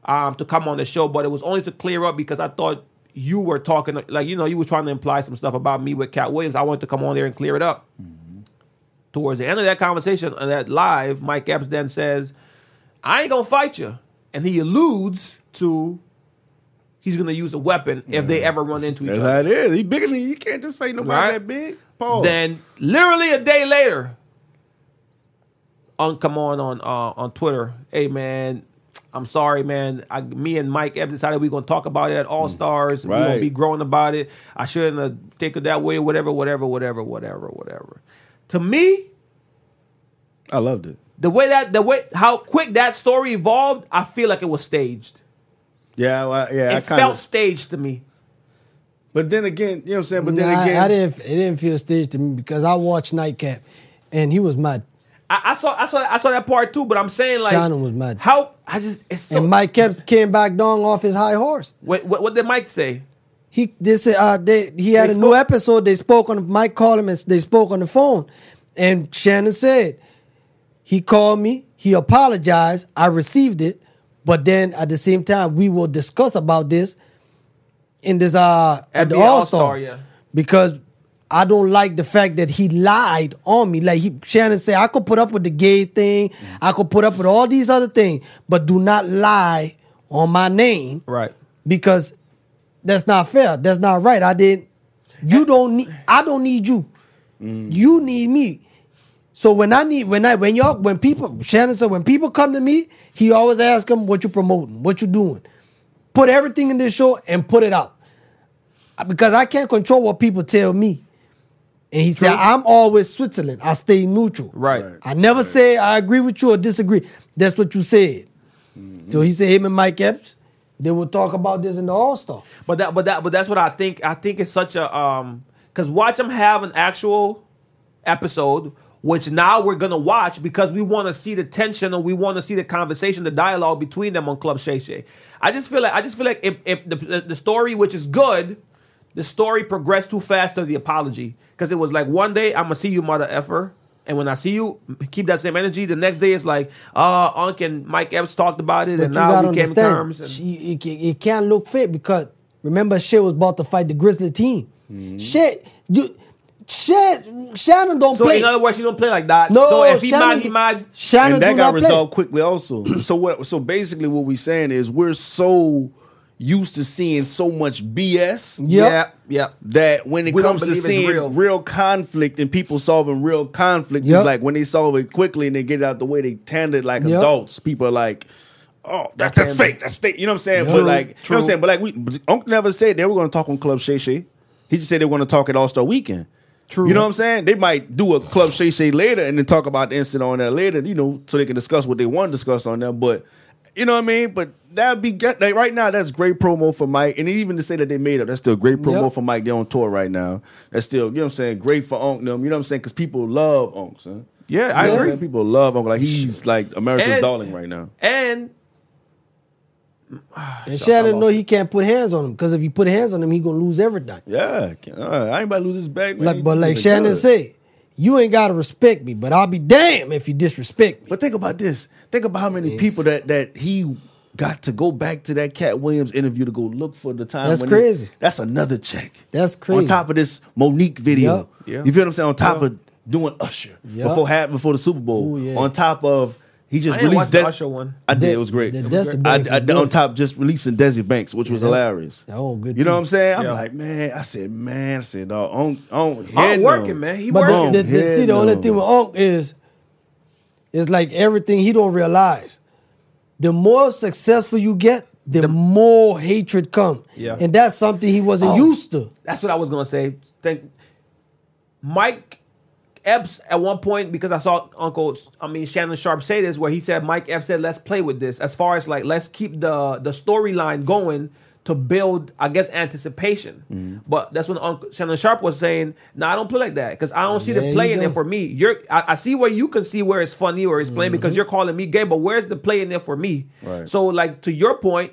Speaker 2: um, to come on the show, but it was only to clear up because I thought you were talking, like, you know, you were trying to imply some stuff about me with Cat Williams. I wanted to come on there and clear it up towards the end of that conversation uh, that live, Mike Epps then says, I ain't gonna fight you. And he alludes to he's gonna use a weapon if they ever run into each
Speaker 1: That's
Speaker 2: other.
Speaker 1: how it is. He bigger than you. You can't just fight nobody
Speaker 2: Right.
Speaker 1: that big. Paul.
Speaker 2: Then literally a day later, on come on on uh, on Twitter, hey man, I'm sorry man. I, me and Mike Epps decided we are gonna talk about it at All Stars. We're gonna
Speaker 1: Mm. Right.
Speaker 2: be growing about it. I shouldn't have taken it that way. Whatever, whatever, whatever, whatever, whatever. To me,
Speaker 1: I loved it.
Speaker 2: the way that the way how quick that story evolved, I feel like it was staged.
Speaker 1: Yeah, well, yeah. I
Speaker 2: It
Speaker 1: kind
Speaker 2: felt
Speaker 1: of.
Speaker 2: staged to me.
Speaker 1: But then again, you know what I'm saying. But
Speaker 3: Nah,
Speaker 1: then
Speaker 3: I-
Speaker 1: again,
Speaker 3: I, didn't. It didn't feel staged to me because I watched Nightcap, and he was my
Speaker 2: I, I saw I saw I saw that part too, but I'm saying like
Speaker 3: Shannon was mad.
Speaker 2: How I just it's so.
Speaker 3: and Mike Epps came back down off his high horse.
Speaker 2: what, what what did Mike say?
Speaker 3: He this uh they, he had
Speaker 2: They
Speaker 3: a new
Speaker 2: spoke-
Speaker 3: episode. They spoke on Mike called him and they spoke on the phone, and Shannon said he called me. He apologized. I received it, but then at the same time we will discuss about this in this uh at, the
Speaker 2: the
Speaker 3: All
Speaker 2: All-Star,
Speaker 3: Star
Speaker 2: yeah.
Speaker 3: because. I don't like the fact that he lied on me. Like he, Shannon said, I could put up with the gay thing, I could put up with all these other things, but do not lie on my name
Speaker 2: Right.
Speaker 3: because that's not fair. That's not right. I didn't. You don't need. I don't need you. You need me. So when I need when I when y'all when people Shannon said when people come to me, he always asks them what you promoting, what you doing. Put everything in this show and put it out because I can't control what people tell me. And he said, I'm always Switzerland. I stay neutral.
Speaker 2: Right. Right.
Speaker 3: I never say I agree with you or disagree. That's what you said.
Speaker 2: Mm-hmm.
Speaker 3: So he said, him and Mike Epps, they will talk about this in the All Star.
Speaker 2: But that but that but that's what I think. I think it's such a um because watch them have an actual episode, which now we're gonna watch because we want to see the tension and we want to see the conversation, the dialogue between them on Club Shay Shay. I just feel like I just feel like if if the the story, which is good, the story progressed too fast to the apology because it was like one day I'm gonna see you, mother effer. And when I see you, keep that same energy. The next day, it's like, uh, Unc and Mike Epps talked about it,
Speaker 3: But
Speaker 2: and
Speaker 3: you gotta
Speaker 2: now we came to
Speaker 3: understand,
Speaker 2: terms. and-
Speaker 3: she- it, ca- it can't look fit because remember, Shea was about to fight the Grizzly team.
Speaker 2: Mm-hmm.
Speaker 3: Shit, you, shit, Shannon don't
Speaker 2: So
Speaker 3: play.
Speaker 2: in other words, you don't play like that.
Speaker 3: no,
Speaker 2: so if he
Speaker 3: Shannon,
Speaker 2: mad, he mad.
Speaker 3: Shannon
Speaker 1: and
Speaker 3: do
Speaker 1: that got
Speaker 3: not play.
Speaker 1: resolved quickly also. so what so basically what we're saying is we're so used to seeing so much BS
Speaker 3: Yep.
Speaker 2: Yeah, yeah.
Speaker 1: that when it
Speaker 2: We don't
Speaker 1: comes to
Speaker 2: believe it's
Speaker 1: seeing
Speaker 2: real.
Speaker 1: real. conflict and people solving real conflict,
Speaker 3: Yep.
Speaker 1: it's like when they solve it quickly and they get it out the way, they tend it like
Speaker 3: Yep.
Speaker 1: adults. People are like, oh, that, that's fake. That's fake. You know what I'm saying? but like, you know what I'm saying? But like, we but Uncle never said they were going to talk on Club Shay Shay. He just said they want to talk at All Star Weekend. True. You know what I'm saying? They might do a Club Shay Shay later and then talk about the incident on there later. You know, so they can discuss what they want to discuss on there. But you know what I mean? But that'd be good. Like right now, that's great promo for Mike. And even to say that they made up, that's still great promo
Speaker 3: Yep.
Speaker 1: for Mike. They're on tour right now. That's still, you know what I'm saying? Great for Unc them. You know what I'm saying? Because people love Unc, son.
Speaker 2: Yeah,
Speaker 1: You
Speaker 2: I
Speaker 1: know what I'm
Speaker 2: agree.
Speaker 1: saying? People love Unc. Like he's like America's
Speaker 2: And-
Speaker 1: darling right now.
Speaker 2: And
Speaker 3: And Shannon know he can't put hands on him because if he put hands on him, he gonna lose everything.
Speaker 1: Yeah, can- uh, I ain't about to lose this bag, man.
Speaker 3: Like, but
Speaker 1: He
Speaker 3: like
Speaker 1: looking
Speaker 3: Shannon
Speaker 1: good.
Speaker 3: said, you ain't gotta respect me, but I'll be damned if you disrespect me.
Speaker 1: But think about this. Think about how many people that that he got to go back to that Cat Williams interview to go look for the time.
Speaker 3: That's
Speaker 1: when
Speaker 3: crazy.
Speaker 1: He, that's another check.
Speaker 3: That's
Speaker 1: On
Speaker 3: crazy.
Speaker 1: top of this Monique video,
Speaker 2: Yep. Yeah.
Speaker 1: you feel what I'm saying? On top of doing Usher
Speaker 3: Yep.
Speaker 1: before had before the Super Bowl.
Speaker 3: Ooh, yeah.
Speaker 1: On top of he just
Speaker 2: I didn't watch
Speaker 1: released
Speaker 2: the
Speaker 1: Des-
Speaker 2: Usher one.
Speaker 1: I did.
Speaker 3: De-
Speaker 1: it was great.
Speaker 3: the
Speaker 1: It was
Speaker 3: Desi
Speaker 1: great. I-
Speaker 3: Banks
Speaker 1: I-
Speaker 3: was good.
Speaker 1: on top just releasing Desi Banks, which was
Speaker 3: that-
Speaker 1: hilarious.
Speaker 3: that was good
Speaker 1: You know
Speaker 3: too.
Speaker 1: what I'm saying? I'm
Speaker 2: Yeah.
Speaker 1: like, man. I said, man. I said, dog. On on
Speaker 2: I'm working, man. He
Speaker 3: But
Speaker 2: working.
Speaker 3: the, the, the,
Speaker 1: Hell
Speaker 3: see, the only
Speaker 1: no.
Speaker 3: thing with Unc is, is like everything he don't realize. The more successful you get, the, more hatred come.
Speaker 2: Yeah.
Speaker 3: And that's something he wasn't
Speaker 1: Oh.
Speaker 3: used to.
Speaker 2: oh, That's what I was gonna say. Thank Mike Epps at one point because I saw Uncle, I mean Shannon Sharp say this, where he said Mike Epps said, "Let's play with this." As far as like, let's keep the the storyline going to build, I guess, anticipation.
Speaker 3: Mm-hmm.
Speaker 2: But that's when Uncle Shannon Sharp was saying, "No, I don't play like that because I don't see
Speaker 3: There
Speaker 2: the
Speaker 3: you
Speaker 2: play in
Speaker 3: go.
Speaker 2: there for me. You're, I, I see where you can see where it's funny or it's playing because you're calling me gay, but where's the play in there for me?
Speaker 1: Right.
Speaker 2: So, like to your point."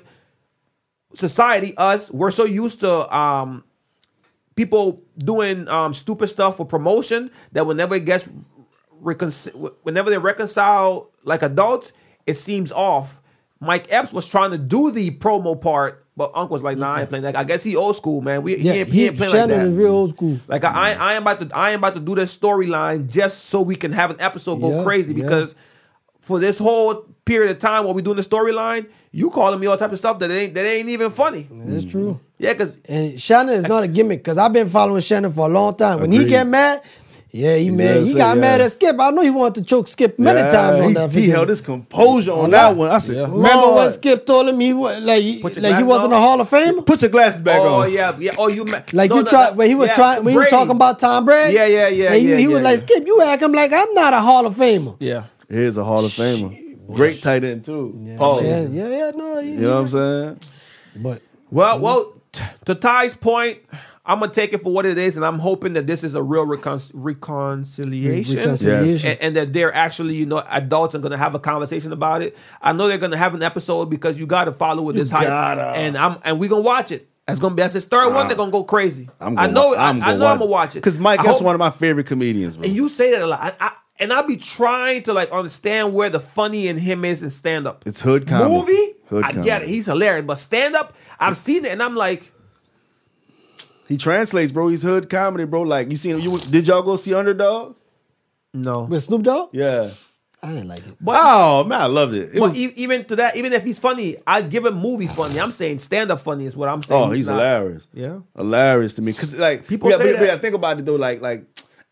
Speaker 2: society, us, we're so used to um, people doing um, stupid stuff for promotion that whenever it gets recon- whenever they reconcile like adults, it seems off. Mike Epps was trying to do the promo part, but Unc was like, "Nah, I ain't playing that." I guess he old school, man. We, he, ain't, he ain't playing
Speaker 3: Shannon
Speaker 2: like that.
Speaker 3: is real old school.
Speaker 2: Like I, I am about to, I am about to do this storyline just so we can have an episode go
Speaker 3: Yeah,
Speaker 2: crazy
Speaker 3: yeah.
Speaker 2: because for this whole period of time while we doing the storyline, you calling me all type of stuff that ain't that ain't even funny.
Speaker 1: Mm.
Speaker 3: That's true.
Speaker 2: Yeah, because
Speaker 3: And Shannon is not a gimmick because I've been following Shannon for a long time. When he
Speaker 1: Agreed.
Speaker 3: get mad, yeah, he mad.
Speaker 1: gotta
Speaker 3: He
Speaker 1: say,
Speaker 3: got mad
Speaker 1: yeah.
Speaker 3: at Skip. I know he wanted to choke Skip many
Speaker 1: Yeah,
Speaker 3: times on
Speaker 1: he,
Speaker 3: that.
Speaker 1: He
Speaker 3: video.
Speaker 1: held his composure on that one. I said,
Speaker 3: Remember when
Speaker 1: Lord.
Speaker 3: Skip told him he was like, he-
Speaker 2: Put your
Speaker 3: like he
Speaker 2: glasses
Speaker 3: wasn't
Speaker 2: on.
Speaker 3: a Hall of Famer?
Speaker 1: Put your glasses back
Speaker 2: oh
Speaker 1: on.
Speaker 2: yeah, yeah. Oh you ma-
Speaker 3: Like
Speaker 2: no,
Speaker 3: you
Speaker 2: no,
Speaker 3: tried
Speaker 2: no,
Speaker 3: when he was
Speaker 2: yeah,
Speaker 3: trying when he was
Speaker 2: Brady.
Speaker 3: talking about Tom Brady.
Speaker 2: Yeah, yeah, yeah,
Speaker 3: And you-
Speaker 2: yeah,
Speaker 3: he
Speaker 2: yeah,
Speaker 3: was like,
Speaker 2: yeah.
Speaker 3: Skip, you acting like I'm not a Hall of Famer.
Speaker 2: Yeah,
Speaker 1: Here's a Hall of Famer. Great tight end too.
Speaker 2: Oh.
Speaker 3: yeah, yeah, yeah, no, he-
Speaker 1: You know what I'm saying?
Speaker 3: but Mm-hmm.
Speaker 2: Well, well, t- to Ty's point, I'm gonna take it for what it is, and I'm hoping that this is a real recon- reconciliation,
Speaker 3: Reconciliation.
Speaker 2: And, and that they're actually, you know, adults and gonna have a conversation about it. I know they're gonna have an episode because you gotta follow with this hype,
Speaker 1: gotta.
Speaker 2: and I'm and we gonna watch it. That's gonna be that's his third one. They're gonna go crazy.
Speaker 1: I'm
Speaker 2: I
Speaker 1: gonna,
Speaker 2: know. i
Speaker 1: I'm
Speaker 2: I know. I'm gonna watch it
Speaker 1: because Mike
Speaker 2: I
Speaker 1: Epps
Speaker 2: hope-
Speaker 1: one of my favorite comedians, bro.
Speaker 2: and you say that a lot. I, I, and I'll be trying to like understand where the funny in him is in stand up.
Speaker 1: It's hood comedy.
Speaker 2: Movie,
Speaker 1: Hood
Speaker 2: I get
Speaker 1: comedy.
Speaker 2: it. He's hilarious, but stand up, I've seen it, and I'm like,
Speaker 1: he translates, bro. He's hood comedy, bro. Like you seen? You did y'all go see Underdog?
Speaker 2: no.
Speaker 3: with Snoop Dogg,
Speaker 1: Yeah.
Speaker 3: I didn't like it.
Speaker 2: But,
Speaker 1: Oh man, I loved it. It
Speaker 2: but
Speaker 1: was.
Speaker 2: e- even to that, even if he's funny, I give him movies funny. I'm saying stand up funny is what I'm saying.
Speaker 1: Oh, he's
Speaker 2: not-
Speaker 1: hilarious.
Speaker 2: Yeah.
Speaker 1: hilarious to me because like
Speaker 2: People
Speaker 1: people yeah,
Speaker 2: say
Speaker 1: but, but
Speaker 2: that.
Speaker 1: yeah, think about it though like like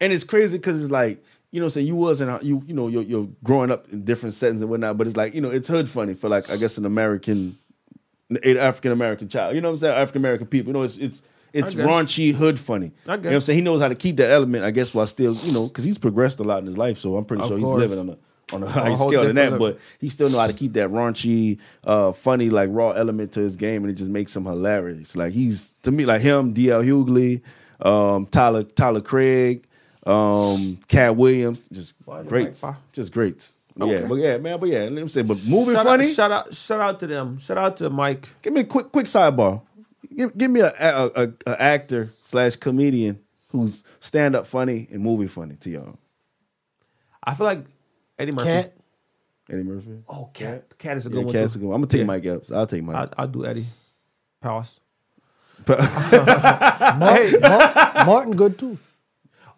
Speaker 1: and it's crazy because it's like you know saying you wasn't a- you you know you're, you're growing up in different settings and whatnot but it's like you know it's hood funny for like i guess an american an african american child you know what i'm saying african american people you know it's it's it's
Speaker 2: I guess.
Speaker 1: raunchy hood funny.
Speaker 2: I
Speaker 1: You know
Speaker 2: guess.
Speaker 1: what I'm saying? He knows how to keep that element, I guess, while still, you know, because he's progressed a lot in his life. So I'm pretty
Speaker 2: Of
Speaker 1: sure
Speaker 2: course.
Speaker 1: he's living on a on a higher
Speaker 2: whole
Speaker 1: scale than that.
Speaker 2: different
Speaker 1: But he still know how to keep that raunchy, uh, funny, like raw element to his game, and it just makes him hilarious. Like he's to me, like him, DL Hughley, um, Tyler Tyler Craig, um, Cat Williams, just
Speaker 2: Why the
Speaker 1: greats,
Speaker 2: mic fire?
Speaker 1: just greats.
Speaker 2: Okay.
Speaker 1: Yeah, but yeah, man, but yeah, let me say, but moving
Speaker 2: Shout
Speaker 1: funny.
Speaker 2: out, shout out, shout out to them. Shout out to Mike.
Speaker 1: give me a quick quick sidebar. Give, give me a, a, a, a actor slash comedian who's stand up funny and movie funny to y'all.
Speaker 2: I feel like Eddie Murphy.
Speaker 3: Cat,
Speaker 1: Eddie Murphy.
Speaker 2: Oh, cat, cat is a good
Speaker 1: Yeah,
Speaker 2: one.
Speaker 1: Cat's a
Speaker 2: too.
Speaker 1: good one. I'm gonna take
Speaker 2: Yeah.
Speaker 1: Mike Epps. I'll take
Speaker 2: I,
Speaker 1: Mike.
Speaker 2: I'll do Eddie. Powers.
Speaker 3: Martin, Martin, Martin good too.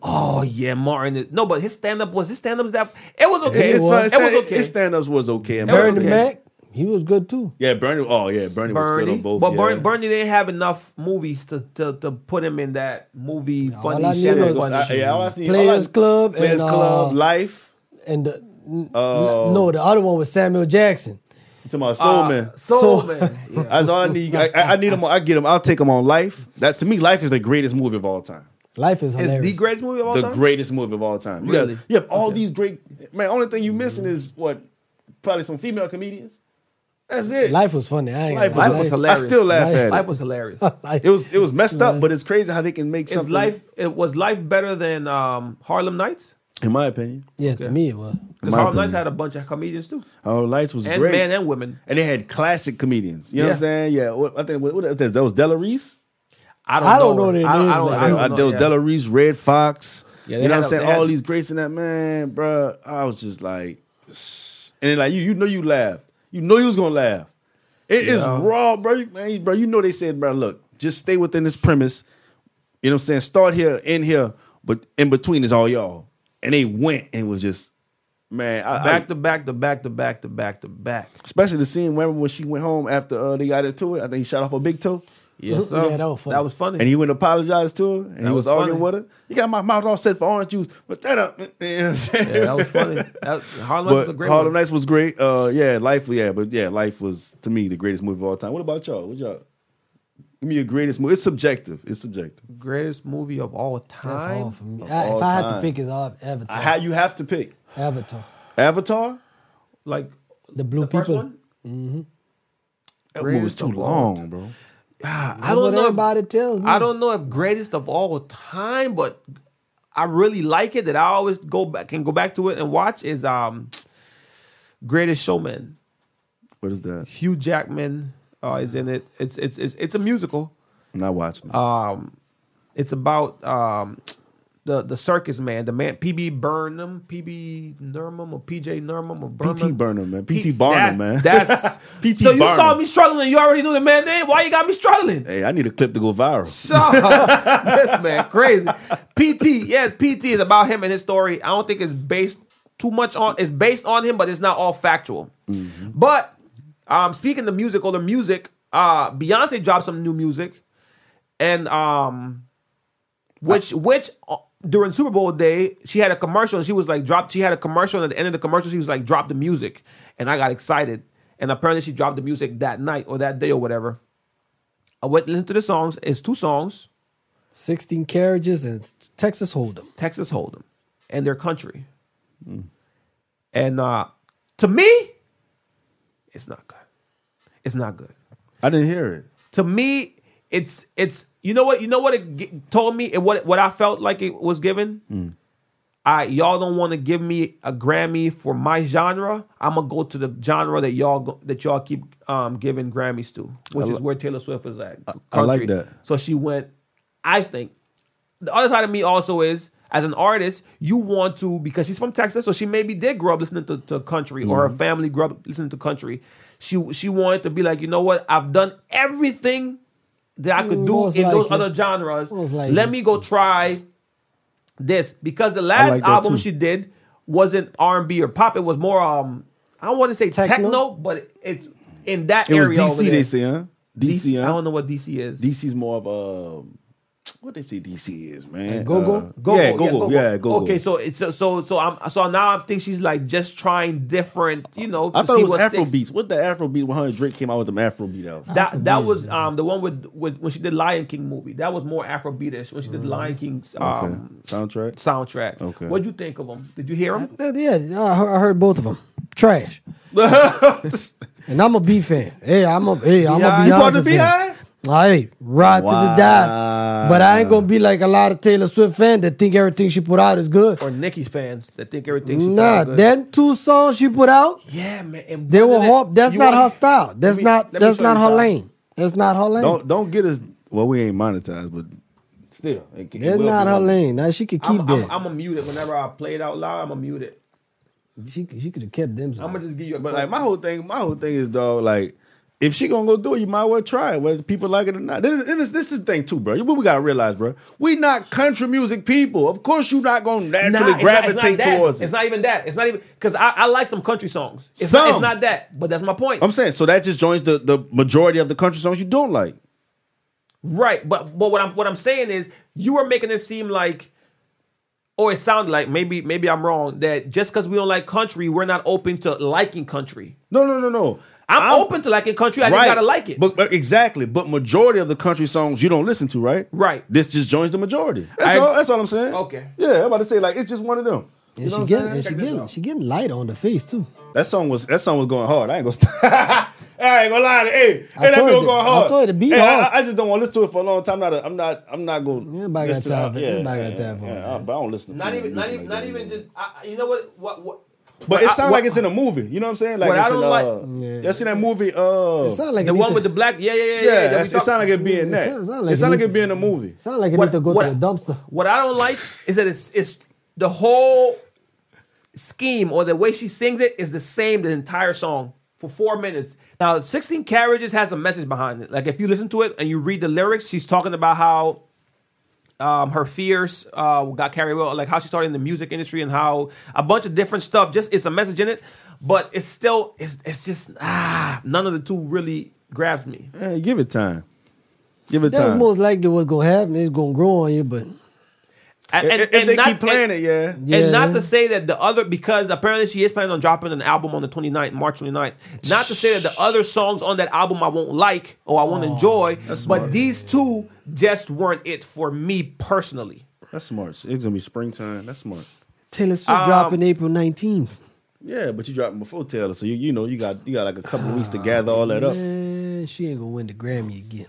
Speaker 2: Oh yeah, Martin. Is, no, but his stand up was his stand up was that it was okay. It,
Speaker 1: His-
Speaker 2: was,
Speaker 1: his, stand-
Speaker 2: okay.
Speaker 1: His stand ups was okay. in
Speaker 2: It was
Speaker 1: my
Speaker 3: Bernie
Speaker 2: okay.
Speaker 1: opinion.
Speaker 3: Mac, he was good too.
Speaker 1: Yeah, Bernie. Oh yeah, Bernie, was good
Speaker 2: Bernie,
Speaker 1: on both.
Speaker 2: but
Speaker 1: yeah.
Speaker 2: Bernie, Bernie didn't have enough movies to to, to put him in that movie funny.
Speaker 3: I knew
Speaker 1: Yeah,
Speaker 2: stand-up
Speaker 3: was-
Speaker 2: funny
Speaker 1: I-
Speaker 2: shit.
Speaker 1: yeah, all I seen- all I-
Speaker 3: Players Club
Speaker 1: Players
Speaker 3: and,
Speaker 1: Club,
Speaker 3: uh,
Speaker 1: Life.
Speaker 2: Oh.
Speaker 3: And the, n- no, the other one was Samuel Jackson.
Speaker 1: To my soul
Speaker 2: Ah,
Speaker 4: Uh,
Speaker 1: man.
Speaker 4: Soul
Speaker 3: So-
Speaker 4: Man. Yeah.
Speaker 1: That's all I need. I, I I need him. I get him. I'll take him on life. That to me, life is the greatest movie of all time.
Speaker 3: Life is
Speaker 2: It's
Speaker 3: hilarious.
Speaker 2: the greatest movie of all
Speaker 1: The
Speaker 2: time.
Speaker 1: greatest movie of all time. You,
Speaker 2: Really?
Speaker 1: got, you have all these great man. Only thing you missing is what probably some female comedians. That's it.
Speaker 3: Life was funny. I ain't
Speaker 1: Life
Speaker 3: gonna
Speaker 1: was
Speaker 3: lie.
Speaker 4: hilarious.
Speaker 1: I still laugh
Speaker 3: Life-
Speaker 1: at it.
Speaker 2: life was hilarious.
Speaker 3: Life-
Speaker 1: it was it was messed up, but it's crazy how they can make
Speaker 2: Is
Speaker 1: something.
Speaker 2: life it was life better than um, Harlem Nights?
Speaker 1: in my opinion,
Speaker 3: yeah, to me it was.
Speaker 2: Because
Speaker 1: My
Speaker 2: Harlem
Speaker 1: opinion.
Speaker 2: Nights had a bunch of comedians too,
Speaker 1: Harlem Lights was
Speaker 2: and
Speaker 1: great,
Speaker 2: men and women.
Speaker 1: and they had classic comedians. You know what I'm
Speaker 2: Yeah.
Speaker 1: saying? Yeah, what, I think what, what, that that was Della Reese.
Speaker 2: I don't,
Speaker 3: I don't know their
Speaker 2: I don't, I
Speaker 3: names,
Speaker 2: don't,
Speaker 3: like,
Speaker 2: I
Speaker 1: I,
Speaker 2: don't
Speaker 1: I,
Speaker 2: know,
Speaker 1: there was
Speaker 2: yeah.
Speaker 1: Della Reese, Red Fox.
Speaker 2: Yeah, they
Speaker 1: you know
Speaker 2: had
Speaker 1: what I'm
Speaker 2: a-
Speaker 1: saying?
Speaker 2: they had-
Speaker 1: All these greats in that man, bruh. I was just like, and then like you, you know, you laughed. You know, you was gonna laugh. It is
Speaker 2: Yeah.
Speaker 1: raw, bro. You- Man, bro, you know they said, bro, look, just stay within this premise. You know what I'm saying? Start here, end here, but in between is all y'all. And they went and was just, man. I, I,
Speaker 2: back to back to back to back to back to back.
Speaker 1: especially the scene remember when she went home after uh, they got into it. I think he shot off her big toe.
Speaker 2: Yes,
Speaker 3: Yeah,
Speaker 2: sir.
Speaker 3: that
Speaker 2: that,
Speaker 3: was
Speaker 2: was
Speaker 3: funny.
Speaker 2: funny.
Speaker 1: And he went and apologized to her, and he was,
Speaker 2: was
Speaker 1: arguing
Speaker 2: funny.
Speaker 1: with her. You got my mouth all set for orange juice, but that uh, up.
Speaker 2: yeah, that was funny. That, Harlem Nights was a
Speaker 1: But
Speaker 2: great
Speaker 1: Harlem
Speaker 2: movie.
Speaker 1: Nights was great. Uh, yeah, life. Yeah, but yeah, life was to me the greatest movie of all time. What about y'all? What y'all? Give me your greatest movie. It's subjective. It's subjective.
Speaker 2: Greatest movie of all
Speaker 3: That's
Speaker 2: time.
Speaker 3: hard for me. I,
Speaker 1: all
Speaker 3: if I had to
Speaker 1: time.
Speaker 3: pick, it's all
Speaker 1: I
Speaker 3: Avatar.
Speaker 1: ha- you have to pick
Speaker 3: Avatar.
Speaker 1: Avatar.
Speaker 2: Like
Speaker 3: The blue
Speaker 2: the first
Speaker 3: people.
Speaker 2: one?
Speaker 1: That movie was
Speaker 2: Greatest
Speaker 1: too
Speaker 2: of all
Speaker 1: long, bro.
Speaker 2: I
Speaker 3: Ah, That's
Speaker 2: don't
Speaker 3: what
Speaker 2: know.
Speaker 3: everybody
Speaker 2: if,
Speaker 3: tells me.
Speaker 2: I don't know if greatest of all time, but I really like it that I always go back and go back to it and watch is um Greatest Showman.
Speaker 1: What is that?
Speaker 2: Hugh Jackman uh, is in it. It's it's it's it's a musical.
Speaker 1: I'm not watching. it.
Speaker 2: Um, it's about um the the circus man, the man PB Burnham, PB Nurmum or PJ Nurmum or Burnham.
Speaker 1: P.T. Burnham, man.
Speaker 2: P-
Speaker 1: P.T.
Speaker 2: that-
Speaker 1: Barnum, man.
Speaker 2: That's
Speaker 1: P.T.
Speaker 2: So you saw
Speaker 1: Barnum.
Speaker 2: me struggling. You already knew the man name. Why you got me struggling?
Speaker 1: hey, I need a clip to go viral.
Speaker 2: So this man crazy. PT, yes, PT is about him and his story. I don't think it's based too much on. It's based on him, but it's not all factual. But um, speaking of musical, the music, uh, Beyonce dropped some new music, and um, which which uh, during Super Bowl day she had a commercial and she was like dropped. She had a commercial and at the end of the commercial she was like drop the music, and I got excited. And apparently she dropped the music that night or that day or whatever. I went and listened to the songs. It's two songs.
Speaker 3: 16 carriages and Texas Hold'em.
Speaker 2: Texas Hold'em and their country.
Speaker 1: Hmm.
Speaker 2: And uh, to me, it's not good. It's not good.
Speaker 1: I didn't hear it.
Speaker 2: To me, it's it's you know what you know what it g- told me and what what I felt like it was given.
Speaker 1: Hmm.
Speaker 2: I y'all don't want to give me a Grammy for my genre. I'm gonna go to the genre that y'all go, that y'all keep um, giving Grammys to, which is where Taylor Swift is at.
Speaker 1: I like
Speaker 2: country.
Speaker 1: that.
Speaker 2: So she went. I think the other side of me also is as an artist, you want to because she's from Texas, so she maybe did grow up listening to, to country or
Speaker 1: Mm-hmm.
Speaker 2: her family grew up listening to country. She she wanted to be like, you know what? I've done everything that I could do
Speaker 3: Most
Speaker 2: in those
Speaker 3: likely.
Speaker 2: other genres.
Speaker 3: Most likely.
Speaker 2: Let me go try this because the last
Speaker 1: like that
Speaker 2: album
Speaker 1: too.
Speaker 2: she did wasn't R and B or pop. It was more um I don't want to say
Speaker 3: Techno?
Speaker 2: techno, but it's in that
Speaker 1: It was
Speaker 2: area. over
Speaker 1: DC.
Speaker 2: there.
Speaker 1: They say, huh? DC.
Speaker 2: I
Speaker 1: Huh?
Speaker 2: don't know what DC is.
Speaker 1: DC's more of a what they say DC is, man.
Speaker 3: go-go?
Speaker 1: Uh,
Speaker 2: Go
Speaker 1: yeah, go go, yeah, go go.
Speaker 2: Okay, so it's so so I'm so now I think she's like just trying different, you know. To
Speaker 1: I thought
Speaker 2: see
Speaker 1: it was
Speaker 2: what
Speaker 1: Afro
Speaker 2: sticks.
Speaker 1: beats. What the Afro beat? When her and Drake came out with them Afro beat out.
Speaker 2: That that was um the one with with when she did Lion King movie. That was more Afrobeatish when she
Speaker 3: Mm-hmm.
Speaker 2: did Lion King's
Speaker 1: Okay.
Speaker 2: um
Speaker 1: Soundtrack.
Speaker 2: soundtrack.
Speaker 1: Okay.
Speaker 2: what'd you think of them? Did you hear them?
Speaker 3: Uh, Yeah, I heard, I heard both of them. Trash. and I'm a B fan. Hey, I'm a hey, I'm
Speaker 2: Beehive?
Speaker 3: a
Speaker 2: You
Speaker 3: Beyonce
Speaker 1: part of
Speaker 3: fan.
Speaker 1: Beehive?
Speaker 3: Hey, ride to the die.
Speaker 1: Wow.
Speaker 3: But I ain't gonna be like a lot of Taylor Swift fans that think everything she put out is good.
Speaker 2: Or Nicki's fans that think everything she
Speaker 3: Nah,
Speaker 2: good.
Speaker 3: them two songs she put out,
Speaker 2: yeah man. and
Speaker 3: they were
Speaker 2: wasn't it-
Speaker 3: hard. That's
Speaker 2: you
Speaker 3: not her
Speaker 2: want-
Speaker 3: style.
Speaker 2: Let
Speaker 3: That's
Speaker 2: me-
Speaker 3: not
Speaker 2: let me
Speaker 3: that's
Speaker 2: show
Speaker 3: not
Speaker 2: you
Speaker 3: her
Speaker 2: something.
Speaker 3: lane. That's not her lane.
Speaker 1: Don't don't get us. Well, we ain't monetized, but still, it, it
Speaker 3: that's
Speaker 1: will
Speaker 3: not
Speaker 1: be
Speaker 3: her
Speaker 1: on-
Speaker 3: lane. Now she could keep
Speaker 2: I'm,
Speaker 3: that.
Speaker 2: I'm, I'm gonna mute it whenever I play it out loud. I'm gonna mute it.
Speaker 3: she she could have kept them.
Speaker 2: I'm gonna just give you a.
Speaker 1: But
Speaker 2: quote.
Speaker 1: like my whole thing, my whole thing is dog. Like if she gonna go do it, you might as well try it, whether people like it or not. This, this, this is the thing too, bro. You- What we gotta realize, bro, we not country music people. Of course, you not gonna naturally
Speaker 2: Nah, it's not- it's
Speaker 1: gravitate
Speaker 2: not that.
Speaker 1: towards it.
Speaker 2: It's not even that. It's not even because I, I like some country songs. It's, Not, it's
Speaker 1: Some.
Speaker 2: not that, but that's my point.
Speaker 1: I'm saying so that just joins the the majority of the country songs you don't like.
Speaker 2: right, but but what I'm what I'm saying is you are making it seem like, or it sounded like maybe maybe I'm wrong that just because we don't like country, we're not open to liking country.
Speaker 1: No, no, no, no.
Speaker 2: I'm,
Speaker 1: I'm-
Speaker 2: open to liking country. I just gotta like it.
Speaker 1: But, but exactly. But majority of the country songs you don't listen to, right?
Speaker 2: Right.
Speaker 1: This just joins the majority. That's
Speaker 2: I-
Speaker 1: all. That's all I'm saying.
Speaker 2: Okay.
Speaker 1: Yeah, I'm about to say like it's just one of them. You
Speaker 3: And
Speaker 1: know
Speaker 3: she
Speaker 1: what
Speaker 3: getting,
Speaker 1: I'm saying?
Speaker 3: and she
Speaker 1: Check this
Speaker 3: getting,
Speaker 1: out.
Speaker 3: she getting light on the face too.
Speaker 1: That song was that song was going hard. I ain't gonna. St- I ain't gonna lie. To, hey, hey, that
Speaker 3: told
Speaker 1: bill
Speaker 3: you-
Speaker 1: going hard.
Speaker 3: I told you to be
Speaker 1: hey,
Speaker 3: hard.
Speaker 1: I, I just don't want to listen to it for a long time. I'm not. A, I'm not. I'm not going.
Speaker 3: Everybody got time for- everybody got time for that.
Speaker 1: But I don't listen. To
Speaker 2: not
Speaker 1: too
Speaker 2: even,
Speaker 1: much
Speaker 2: not even,
Speaker 1: music like
Speaker 2: not
Speaker 1: that
Speaker 2: even.
Speaker 1: anymore.
Speaker 2: Just, I, you know what? What? What?
Speaker 1: But it
Speaker 2: I-
Speaker 1: sounds
Speaker 2: what-
Speaker 1: like it's in a movie. You know what I'm saying? Like
Speaker 2: What I
Speaker 1: it's in,
Speaker 2: don't like-
Speaker 1: uh,
Speaker 3: Yeah.
Speaker 1: You seen that movie? Uh,
Speaker 3: It sound like
Speaker 2: The
Speaker 3: it
Speaker 2: one
Speaker 3: need
Speaker 2: with
Speaker 3: to,
Speaker 2: the black? Yeah, yeah, yeah, yeah.
Speaker 1: yeah,
Speaker 2: that we
Speaker 1: that's- it
Speaker 2: talked-
Speaker 1: sound like it being
Speaker 3: it
Speaker 1: that.
Speaker 3: sound-
Speaker 1: It
Speaker 3: sound
Speaker 1: sound
Speaker 3: like
Speaker 1: like,
Speaker 3: it need
Speaker 1: it
Speaker 3: to-
Speaker 1: being a movie.
Speaker 3: sound like it
Speaker 2: What-
Speaker 3: need to go
Speaker 2: what-
Speaker 3: to a dumpster.
Speaker 2: What I don't like is that it's it's the whole scheme or the way she sings it is the same the entire song for four minutes. Now, 16 Carriages has a message behind it. Like if you listen to it and you read the lyrics, she's talking about how um, her fears uh, got carried away, like how she started in the music industry and how a bunch of different stuff. Just it's a message in it, but it's still it's it's just ah none of the two really grabs me.
Speaker 1: Hey, give it time. Give it
Speaker 3: That's
Speaker 1: time.
Speaker 3: most likely what's gonna happen. It's gonna grow on you, but
Speaker 2: And,
Speaker 1: if
Speaker 2: and-
Speaker 1: if
Speaker 2: and
Speaker 1: they
Speaker 2: not-
Speaker 1: keep playing
Speaker 2: and-
Speaker 1: it, yeah.
Speaker 3: Yeah.
Speaker 2: And not to say that the other, because apparently she is planning on dropping an album on the 29th, March 29th. Not to say that the other songs on that album I won't like or I won't enjoy, but
Speaker 1: smart.
Speaker 2: these two just weren't it for me personally.
Speaker 1: That's smart. It's gonna be springtime. That's smart.
Speaker 3: Taylor Swift dropping April nineteenth.
Speaker 1: Yeah, but you dropping before Taylor, so you you know you got you got like a couple of weeks to gather all that up.
Speaker 3: Man, she ain't gonna win the Grammy again.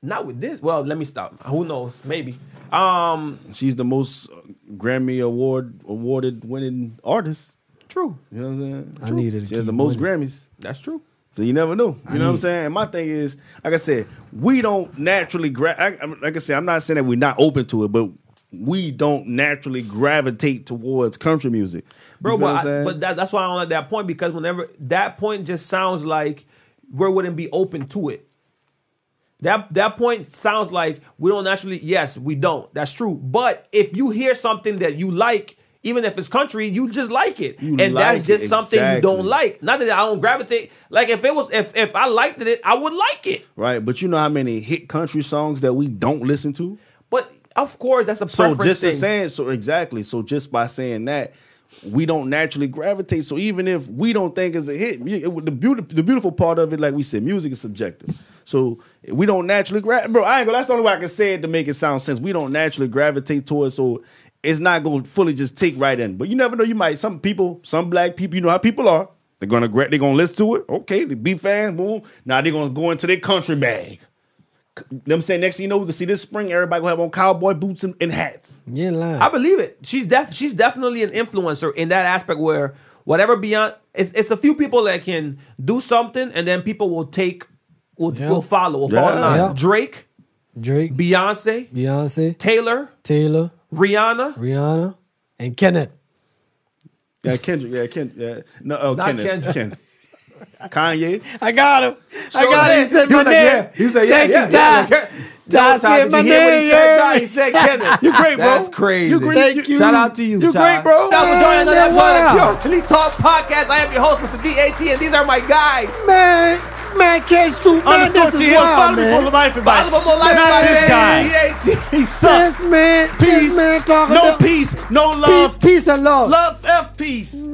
Speaker 2: Not with this. Well, let me stop. Who knows? Maybe. Um,
Speaker 1: She's the most uh, Grammy award awarded winning artist.
Speaker 2: true.
Speaker 1: You know what I'm saying?
Speaker 3: I needed to
Speaker 1: She has the
Speaker 3: keep
Speaker 1: most Grammys.
Speaker 2: That's true.
Speaker 1: So you never know. You know
Speaker 2: Mm-hmm.
Speaker 1: what I'm saying? And my thing is, like I said, we don't naturally gra- I, I'm- like I said, I'm not saying that we're not open to it, but we don't naturally gravitate towards country music. You
Speaker 2: Bro,
Speaker 1: feel what I'm
Speaker 2: but, I,
Speaker 1: saying?
Speaker 2: but that, that's why I don't like that point because whenever that point just sounds like we wouldn't be open to it. That that point sounds like we don't actually. Yes, we don't. That's true. But if you hear something that you like, even if it's country, you just like it,
Speaker 1: You
Speaker 2: and
Speaker 1: like
Speaker 2: that's just
Speaker 1: it,
Speaker 2: something you don't
Speaker 1: exactly.
Speaker 2: like. Not that I don't gravitate. Like if it was, if if I liked it, I would like it.
Speaker 1: right, but you know how many hit country songs that we don't listen to?
Speaker 2: But of course, that's a
Speaker 1: So
Speaker 2: preference
Speaker 1: just
Speaker 2: thing.
Speaker 1: the saying, so exactly. So just by saying that, we don't naturally gravitate. So even if we don't think it's a hit, mu- it, the beautiful the beautiful part of it, like we said, music is subjective. So we don't naturally gravitate. Bro, I ain't gonna. That's the only way I can say it to make it sound sense. We don't naturally gravitate towards. So it's not gonna fully just take right in. But you never know. You might some people, some black people. You know how people are. They're gonna gra- they're gonna listen to it. Okay, they be fans. Boom. Now they're gonna go into their country bag. You know what I'm saying? Next thing you know, we can see this spring, everybody gonna have on cowboy boots and, and hats.
Speaker 3: You ain't lying.
Speaker 2: I believe it. She's def she's definitely an influencer in that aspect where whatever beyond it's it's a few people that can do something and then people will take will,
Speaker 3: Yeah.
Speaker 2: will follow. Will
Speaker 1: Yeah.
Speaker 2: fall in line.
Speaker 3: Yeah.
Speaker 2: Drake,
Speaker 3: Drake,
Speaker 2: Beyonce,
Speaker 3: Beyonce,
Speaker 2: Taylor,
Speaker 3: Taylor,
Speaker 2: Rihanna,
Speaker 3: Rihanna, and Kenneth.
Speaker 1: Yeah, Kendrick. Yeah, Ken. Yeah, no, oh,
Speaker 2: Not
Speaker 1: Kenneth.
Speaker 2: Kendrick.
Speaker 1: Ken- Kanye.
Speaker 3: I got him. I
Speaker 2: So
Speaker 3: got
Speaker 2: then-
Speaker 3: him. He said
Speaker 4: he
Speaker 3: my
Speaker 4: was like,
Speaker 3: name.
Speaker 4: yeah. He was like, yeah,
Speaker 3: Thank
Speaker 4: yeah,
Speaker 3: you,
Speaker 4: yeah,
Speaker 3: Ty.
Speaker 4: yeah. Ty,
Speaker 3: Ty said
Speaker 4: did
Speaker 3: my
Speaker 4: you hear what he
Speaker 3: name.
Speaker 4: said,
Speaker 3: yeah.
Speaker 4: Ty? He said Kenneth.
Speaker 1: You great, bro.
Speaker 2: That's crazy.
Speaker 1: You great.
Speaker 3: Thank you.
Speaker 2: Shout out to you.
Speaker 1: You
Speaker 2: Ty.
Speaker 1: great, bro.
Speaker 2: That was
Speaker 3: Man,
Speaker 2: joining that
Speaker 3: wow.
Speaker 2: one Purely Talk podcast. I am your host, Mr. DHE, E, and these are my guys.
Speaker 3: Man, man, K2, man,
Speaker 1: Underscore
Speaker 3: this
Speaker 1: T
Speaker 3: is
Speaker 1: Hill. Follow
Speaker 3: wild,
Speaker 1: me for
Speaker 3: man.
Speaker 1: the life advice.
Speaker 2: Follow for more life
Speaker 1: Not
Speaker 2: advice.
Speaker 1: this guy.
Speaker 2: DHE.
Speaker 1: He sucks.
Speaker 3: This man, peace, man, talking
Speaker 1: No
Speaker 3: about
Speaker 1: peace. No
Speaker 3: peace,
Speaker 1: love.
Speaker 3: peace and love.
Speaker 1: Love. F. Peace.